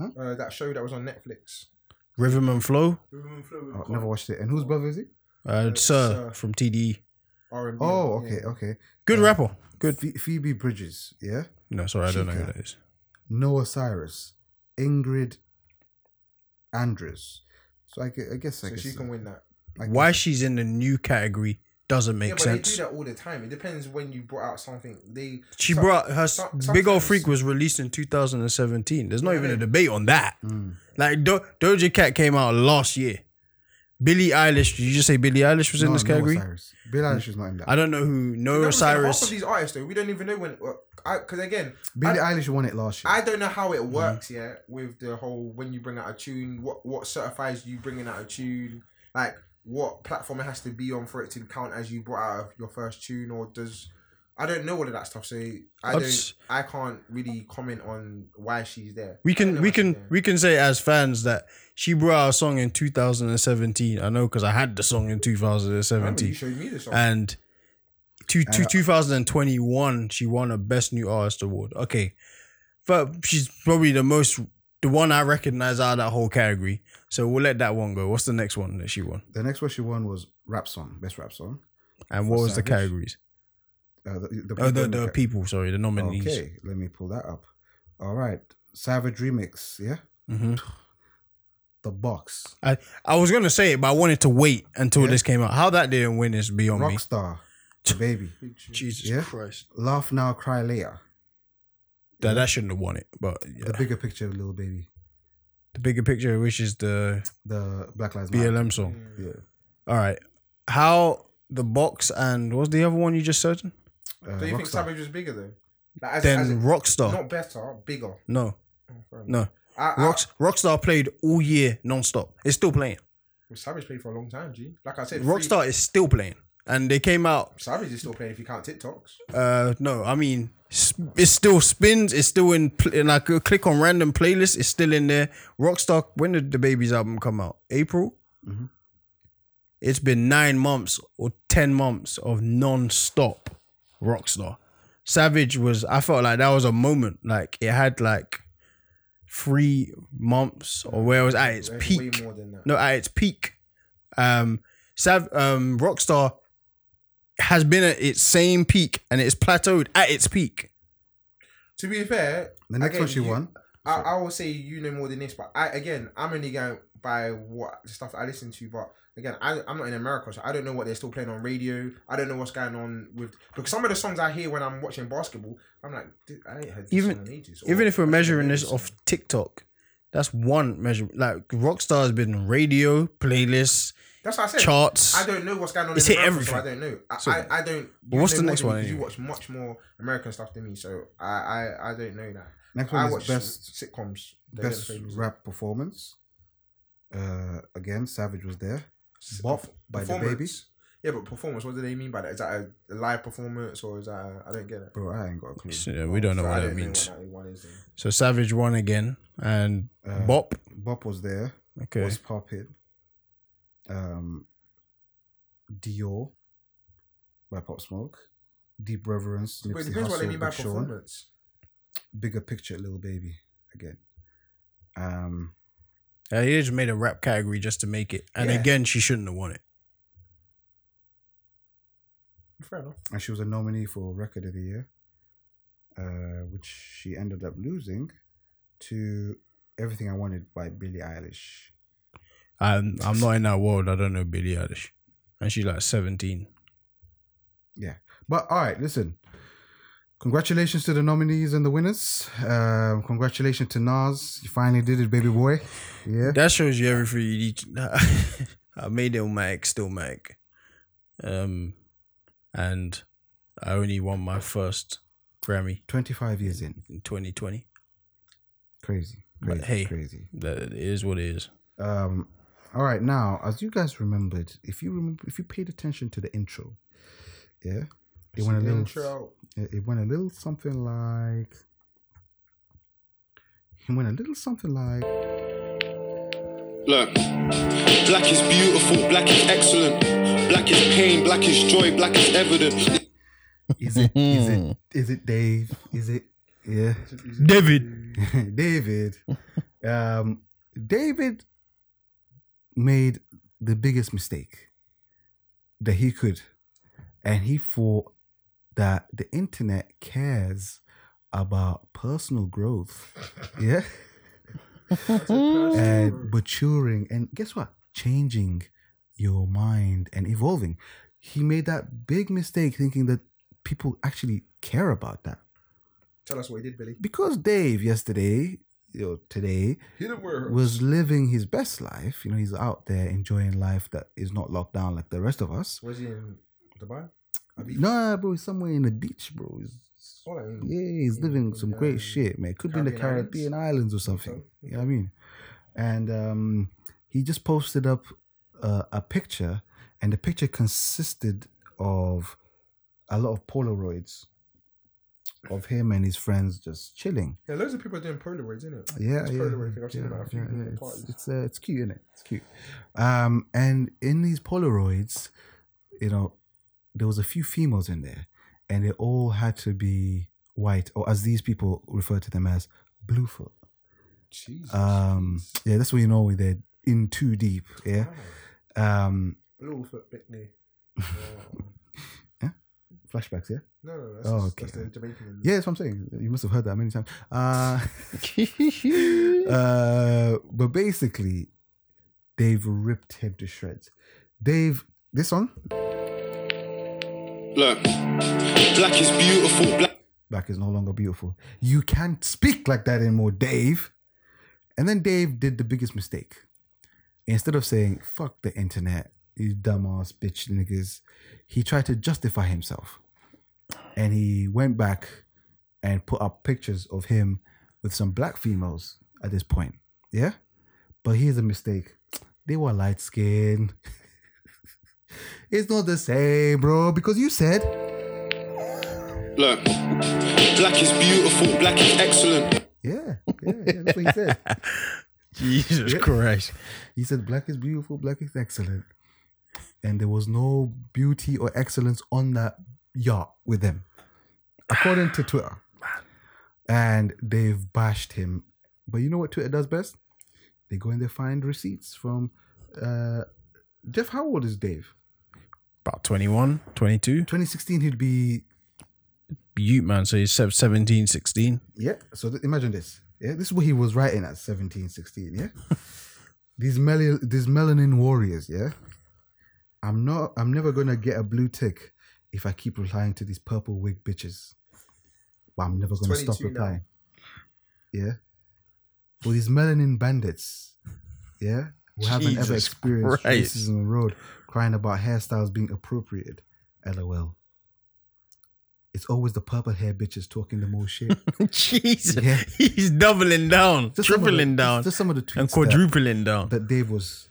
[SPEAKER 5] Uh, that show that was on Netflix.
[SPEAKER 6] Rhythm and Flow.
[SPEAKER 5] Rhythm and Flow with
[SPEAKER 4] Oh,
[SPEAKER 5] Cole.
[SPEAKER 4] never watched it. And whose brother is he?
[SPEAKER 6] Uh, Sir
[SPEAKER 5] Sir.
[SPEAKER 6] from TDE.
[SPEAKER 5] R&B.
[SPEAKER 4] Oh,
[SPEAKER 5] Yeah.
[SPEAKER 4] okay, okay.
[SPEAKER 6] Good rapper.
[SPEAKER 4] Good. Phoebe Bridges, yeah.
[SPEAKER 6] No, sorry, I don't know who
[SPEAKER 4] Chica.
[SPEAKER 6] that is.
[SPEAKER 4] Noah Cyrus, Ingrid Andrews. So I, gue- I guess I
[SPEAKER 5] So
[SPEAKER 4] guess
[SPEAKER 5] she can win that.
[SPEAKER 4] I guess-
[SPEAKER 6] Why she's in the new category doesn't make
[SPEAKER 5] Yeah, but
[SPEAKER 6] sense.
[SPEAKER 5] they do that all the time. It depends when you brought out something. They
[SPEAKER 6] She
[SPEAKER 5] some-
[SPEAKER 6] brought her
[SPEAKER 5] some-
[SPEAKER 6] big old
[SPEAKER 5] sometimes-
[SPEAKER 6] freak was released in 2017. There's not even a
[SPEAKER 5] Yeah.
[SPEAKER 6] debate on that.
[SPEAKER 4] Hmm.
[SPEAKER 6] Like Do- Doja Cat came out last year. Billie Eilish, did you just say Billie Eilish was in
[SPEAKER 4] No,
[SPEAKER 6] this
[SPEAKER 4] Noah
[SPEAKER 6] category? Mm.
[SPEAKER 4] Cyrus. Billie Eilish is not in that.
[SPEAKER 6] I don't know who
[SPEAKER 5] That
[SPEAKER 6] Noah
[SPEAKER 5] was like Half of
[SPEAKER 6] Cyrus.
[SPEAKER 5] these artists, though, we don't even know when. Because again,
[SPEAKER 4] Billie
[SPEAKER 5] I,
[SPEAKER 4] Eilish won it last year.
[SPEAKER 5] I don't know how
[SPEAKER 6] Mm-hmm.
[SPEAKER 5] it works yeah, with the whole when you bring out a tune, what what certifies you bringing out a tune, like what platform it has to be on for it to count as you brought out your first tune, or does I don't know all of that stuff. So I
[SPEAKER 6] That's-
[SPEAKER 5] don't, I can't really comment on why she's there.
[SPEAKER 6] We
[SPEAKER 5] I don't
[SPEAKER 6] can
[SPEAKER 5] know
[SPEAKER 6] we
[SPEAKER 5] why she's
[SPEAKER 6] can
[SPEAKER 5] there.
[SPEAKER 6] we can say as fans that she brought out a song in 2017. I know because I had the song in
[SPEAKER 5] I remember
[SPEAKER 6] 2017.
[SPEAKER 5] You showed me the song.
[SPEAKER 6] and to,
[SPEAKER 4] Uh,
[SPEAKER 6] to 2021 she won a best new artist award okay but she's probably the most the one i recognize out of that whole category so we'll let that one go what's the next one that she won
[SPEAKER 4] the next one she won was rap song, best rap song.
[SPEAKER 6] and what was the
[SPEAKER 4] Savage.
[SPEAKER 6] categories
[SPEAKER 4] Uh, the, the,
[SPEAKER 6] oh the,
[SPEAKER 4] in
[SPEAKER 6] the
[SPEAKER 4] ca-
[SPEAKER 6] people sorry the nominees
[SPEAKER 4] Okay, let me pull that up. All right, Savage Remix, yeah.
[SPEAKER 6] hmm
[SPEAKER 4] The Box,
[SPEAKER 6] I, I was gonna say it but i wanted to wait until
[SPEAKER 4] Yeah.
[SPEAKER 6] this came out how that didn't win is beyond me
[SPEAKER 4] Rockstar, The Baby,
[SPEAKER 6] jesus
[SPEAKER 4] Yeah.
[SPEAKER 6] christ
[SPEAKER 4] Laugh Now, Cry Later.
[SPEAKER 6] that, that shouldn't have won it but yeah.
[SPEAKER 4] The
[SPEAKER 6] the,
[SPEAKER 4] bigger picture of Little Baby,
[SPEAKER 6] bigger picture which is the
[SPEAKER 4] the Black Lives Matter.
[SPEAKER 6] blm song
[SPEAKER 4] Yeah.
[SPEAKER 6] All right. How the box and what's the other one you just said?
[SPEAKER 4] Uh,
[SPEAKER 5] Do you think
[SPEAKER 4] Rockstar.
[SPEAKER 5] Savage was bigger though? Like, as,
[SPEAKER 6] then
[SPEAKER 5] as in-
[SPEAKER 6] Rockstar.
[SPEAKER 5] not better, bigger.
[SPEAKER 6] no,
[SPEAKER 5] Fair
[SPEAKER 6] no.
[SPEAKER 5] enough. I, I,
[SPEAKER 6] Rocks, Rockstar played all year non-stop. It's still playing.
[SPEAKER 5] Well, Savage played for a long time, G. Like I said, free-
[SPEAKER 6] Rockstar is still playing, and they came out.
[SPEAKER 5] Savage is still playing if you count TikToks.
[SPEAKER 6] Uh, no, I mean s- it's still spins. It's still in, pl- in like a click on random playlist. It's still in there. Rockstar. When did the Babies album come out? April.
[SPEAKER 5] Mm-hmm.
[SPEAKER 6] It's been nine months or ten months of non-stop Rockstar. Savage was. I felt like that was a moment. Like it had like three months or where it was at its
[SPEAKER 5] There's
[SPEAKER 6] peak.
[SPEAKER 5] Way more than that.
[SPEAKER 6] No, at its peak, um, Sav, um, Rockstar has been at its same peak and it's plateaued at its peak.
[SPEAKER 5] To be fair,
[SPEAKER 4] The next
[SPEAKER 5] again,
[SPEAKER 4] one she
[SPEAKER 5] you-
[SPEAKER 4] won.
[SPEAKER 5] I, I will say you know more than this, but I again, I'm only going by what the stuff I listen to. But again, I, I'm not in America, so I don't know what they're still playing on radio. I don't know what's going on with because some of the songs I hear when I'm watching basketball, I'm like, "Dude, I ain't heard this
[SPEAKER 6] Even-
[SPEAKER 5] song in ages.
[SPEAKER 6] Even
[SPEAKER 5] or,
[SPEAKER 6] if we're
[SPEAKER 5] "I should have
[SPEAKER 6] measuring
[SPEAKER 5] heard
[SPEAKER 6] this
[SPEAKER 5] song."
[SPEAKER 6] off TikTok, that's one measure. Like Rockstar has been radio, playlists,
[SPEAKER 5] that's what I said.
[SPEAKER 6] charts.
[SPEAKER 5] I don't know what's going on.
[SPEAKER 6] It's
[SPEAKER 5] in
[SPEAKER 6] hit
[SPEAKER 5] America, so
[SPEAKER 6] everything.
[SPEAKER 5] I don't know. I,
[SPEAKER 6] So-
[SPEAKER 5] I, I don't.
[SPEAKER 6] But
[SPEAKER 5] you
[SPEAKER 6] what's
[SPEAKER 5] know
[SPEAKER 6] the
[SPEAKER 5] more
[SPEAKER 6] next
[SPEAKER 5] than me
[SPEAKER 6] one
[SPEAKER 5] 'cause You
[SPEAKER 6] anyway?
[SPEAKER 5] watch much more American stuff than me, so I I, I don't know that.
[SPEAKER 4] Next one
[SPEAKER 5] I
[SPEAKER 4] is
[SPEAKER 5] watch
[SPEAKER 4] best-
[SPEAKER 5] sitcoms. They don't
[SPEAKER 4] Best
[SPEAKER 5] play music.
[SPEAKER 4] rap performance. Uh, again, Savage was there. Bop by the
[SPEAKER 5] uh, Performance.
[SPEAKER 4] baby.
[SPEAKER 5] Yeah, but performance. What do they mean by that? Is that a live performance or is that? A, I don't get it.
[SPEAKER 4] Bro, I ain't got a clue.
[SPEAKER 6] So, yeah, we don't know
[SPEAKER 5] So I
[SPEAKER 6] what that
[SPEAKER 5] don't know
[SPEAKER 6] means.
[SPEAKER 5] what that one is then.
[SPEAKER 6] So Savage won again and
[SPEAKER 4] Uh,
[SPEAKER 6] Bop.
[SPEAKER 4] Bop was there.
[SPEAKER 6] Okay.
[SPEAKER 4] Was popping. Um, Dior by Pop Smoke. Deep Reverence.
[SPEAKER 5] But it
[SPEAKER 4] Nipsey
[SPEAKER 5] depends what they
[SPEAKER 4] Hussle,
[SPEAKER 5] mean by
[SPEAKER 4] Big Sean.
[SPEAKER 5] performance.
[SPEAKER 4] Bigger picture, little baby. Again. Um,
[SPEAKER 6] Uh, he just made a rap category just to make it. And
[SPEAKER 5] Yeah.
[SPEAKER 6] again, she shouldn't have won it.
[SPEAKER 5] Fair enough.
[SPEAKER 4] and she was a nominee for Record of the Year, uh, which she ended up losing to Everything I Wanted by Billie Eilish.
[SPEAKER 6] I'm, Um, I'm not in that world. I don't know Billie Eilish. And she's like 17.
[SPEAKER 4] But all right, listen. Congratulations to the nominees and the winners. Um, congratulations to Nas. You finally did it, baby boy. Yeah.
[SPEAKER 6] That shows you everything you need. To, I made it on Mac, still Mac. Um, and I only won my first Grammy
[SPEAKER 4] 25 years in.
[SPEAKER 6] in 2020.
[SPEAKER 4] Crazy.
[SPEAKER 6] But
[SPEAKER 4] Crazy.
[SPEAKER 6] hey.
[SPEAKER 4] Crazy.
[SPEAKER 6] That is what it is.
[SPEAKER 4] Um, all right, now, as you guys remembered, if you remember, if you paid attention to the intro, yeah, it went a little
[SPEAKER 5] Intro.
[SPEAKER 4] It it went a little something like. It went a little something like.
[SPEAKER 3] Look, black is beautiful, black is excellent, black is pain, black is joy, black is evident.
[SPEAKER 4] Is it? is it? Is it Dave? Is it? Yeah.
[SPEAKER 6] David.
[SPEAKER 4] David. Um, David made the biggest mistake that he could, and he thought that the internet cares about personal growth, yeah, and maturing, and guess what? Changing your mind and evolving. He made that big mistake thinking that people actually care about that.
[SPEAKER 5] Tell us what he did, Billy.
[SPEAKER 4] Because Dave yesterday or today
[SPEAKER 5] He didn't wear her.
[SPEAKER 4] was living his best life. You know, he's out there enjoying life that is not locked down like the rest of us.
[SPEAKER 5] Was he in Dubai?
[SPEAKER 4] Nah, bro, he's somewhere in the beach, bro. He's,
[SPEAKER 5] All I mean.
[SPEAKER 4] yeah, he's living some
[SPEAKER 5] uh,
[SPEAKER 4] great shit, man. Could be in the
[SPEAKER 5] Caribbean
[SPEAKER 4] Caribbean islands or something. You know what I mean? And um, he just posted up uh, a picture, and the picture consisted of a lot of Polaroids of him and his friends just chilling.
[SPEAKER 5] Yeah, loads of people are doing Polaroids, isn't it?
[SPEAKER 4] Yeah,
[SPEAKER 5] It's
[SPEAKER 4] yeah,
[SPEAKER 5] Polaroid thing. I've seen
[SPEAKER 4] yeah,
[SPEAKER 5] about a few
[SPEAKER 4] yeah,
[SPEAKER 5] people
[SPEAKER 4] yeah.
[SPEAKER 5] at
[SPEAKER 4] It's
[SPEAKER 5] parties.
[SPEAKER 4] it's, uh, it's cute, isn't it? It's cute. Um, and in these Polaroids, you know, there was a few females in there, and they all had to be white, or as these people refer to them as bluefoot.
[SPEAKER 5] Jesus.
[SPEAKER 4] Um, yeah, that's when you know they're in too deep. Yeah. Um,
[SPEAKER 5] Bluefoot Bitney.
[SPEAKER 4] flashbacks. Yeah.
[SPEAKER 5] No, no, that's,
[SPEAKER 4] Oh,
[SPEAKER 5] just,
[SPEAKER 4] okay.
[SPEAKER 5] that's the Jamaican.
[SPEAKER 4] Yeah, that's what I'm saying. You must have heard that many times. Uh, uh, but basically, they've ripped him to shreds. Dave, this one
[SPEAKER 3] Look, black is beautiful. Black.
[SPEAKER 4] back is no longer beautiful. You can't speak like that anymore, Dave. And then Dave did the biggest mistake. Instead of saying "fuck the internet," you dumbass bitch niggas, he tried to justify himself, and he went back and put up pictures of him with some black females at this point. Yeah, but here's a mistake: they were light skinned. it's not the same, bro, because you said.
[SPEAKER 3] Look, black is beautiful. Black is excellent.
[SPEAKER 4] Yeah, yeah, yeah, that's what he said.
[SPEAKER 6] Jesus Christ.
[SPEAKER 4] He said, "Black is beautiful, black is excellent," and there was no beauty or excellence on that yacht with him, according to Twitter. And they've bashed him, but you know what Twitter does best? They go and they find receipts from. Uh, Jeff, how old is Dave?
[SPEAKER 6] About 21, 22.
[SPEAKER 4] 2016, he'd be
[SPEAKER 6] Ute, man. So he's sev- 17, 16.
[SPEAKER 4] Yeah. So th- imagine this. Yeah. This is what he was writing at 17, 16. Yeah. these mel- these melanin warriors. Yeah. I'm not. I'm never gonna get a blue tick if I keep replying to these purple wig bitches. But I'm never gonna stop
[SPEAKER 5] 22 now.
[SPEAKER 4] replying. Yeah. For these melanin bandits. Yeah. Who haven't ever
[SPEAKER 6] Jesus
[SPEAKER 4] experienced
[SPEAKER 6] Christ.
[SPEAKER 4] racism on the road, crying about hairstyles being appropriated. LOL. It's always the purple hair bitches talking the most shit.
[SPEAKER 6] Jesus.
[SPEAKER 4] Yeah.
[SPEAKER 6] He's doubling down,
[SPEAKER 4] Just some of the-
[SPEAKER 6] tripling down,
[SPEAKER 4] Just, just some of the tweets
[SPEAKER 6] and
[SPEAKER 4] that,
[SPEAKER 6] quadrupling down.
[SPEAKER 4] that Dave was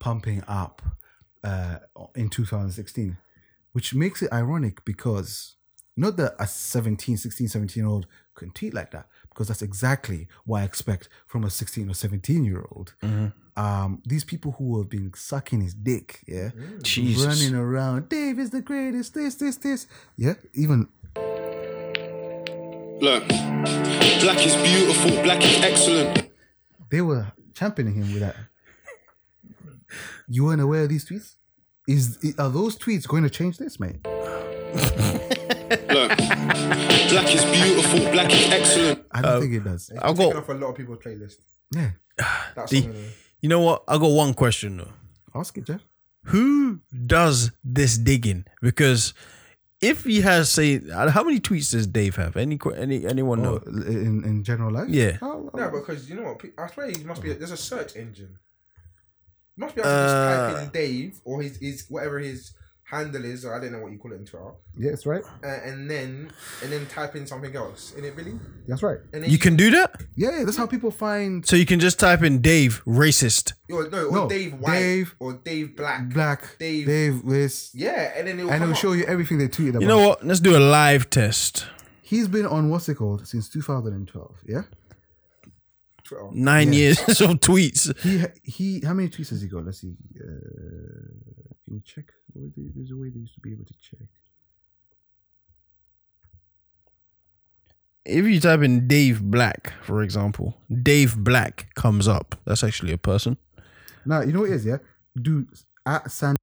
[SPEAKER 4] pumping up uh, in 2016, which makes it ironic because not that a 17, 16, 17 year old can tweet like that, because that's exactly what I expect from a 16 or 17 year old.
[SPEAKER 6] Mm-hmm.
[SPEAKER 4] Um, these people who have been sucking his dick, yeah,
[SPEAKER 6] Mm. Jesus.
[SPEAKER 4] running around, Dave is the greatest, this, this, this, yeah, even
[SPEAKER 3] Look, black is beautiful. Black is excellent.
[SPEAKER 4] they were championing him with that. You weren't aware of these tweets? Is are those tweets going to change this, mate?
[SPEAKER 3] Look, black is beautiful. Black is excellent.
[SPEAKER 4] I
[SPEAKER 6] Um,
[SPEAKER 4] don't think it does.
[SPEAKER 5] I've
[SPEAKER 6] got-
[SPEAKER 5] got off a lot of people's playlist.
[SPEAKER 4] Yeah,
[SPEAKER 5] That's
[SPEAKER 6] The-
[SPEAKER 5] one of them.
[SPEAKER 6] You know what? I got one question though.
[SPEAKER 4] ask it, Jeff.
[SPEAKER 6] Who does this digging? Because if he has say, how many tweets does Dave have? Any que- any anyone know?
[SPEAKER 4] Or in in general life. Oh,
[SPEAKER 6] Oh, Yeah.
[SPEAKER 4] How-
[SPEAKER 5] No,
[SPEAKER 4] how-
[SPEAKER 5] because you know what? pe- I swear he must be. There's a search engine. You must be able to
[SPEAKER 4] Uh,
[SPEAKER 5] just type in Dave or his, his whatever his handle is. Or I don't know what you call it in Twitter.
[SPEAKER 4] yeah, that's right.
[SPEAKER 5] Uh, and then and then type in something else. In it, really.
[SPEAKER 4] That's right.
[SPEAKER 5] And then
[SPEAKER 6] You can do that.
[SPEAKER 4] Yeah, that's how people find
[SPEAKER 6] So you can just type in Dave racist.
[SPEAKER 5] Or, no, or
[SPEAKER 4] No,
[SPEAKER 5] Dave White
[SPEAKER 4] Dave-
[SPEAKER 5] or Dave Black.
[SPEAKER 4] black
[SPEAKER 5] Dave-
[SPEAKER 4] Dave, this,
[SPEAKER 5] Yeah, and then it'll
[SPEAKER 4] and
[SPEAKER 5] come
[SPEAKER 4] it'll
[SPEAKER 5] up.
[SPEAKER 4] show you everything they tweeted about.
[SPEAKER 6] You know what? Let's do a live test.
[SPEAKER 4] He's been on what's it called since 2012. Yeah.
[SPEAKER 5] Twitter.
[SPEAKER 6] Nine years of tweets.
[SPEAKER 4] He he. How many tweets has he got? Let's see. Uh, can you check? There's a way they used to be able to check.
[SPEAKER 6] if you type in Dave Black, for example, Dave Black comes up. That's actually a person.
[SPEAKER 4] Now you know what it is, yeah. Dude, at San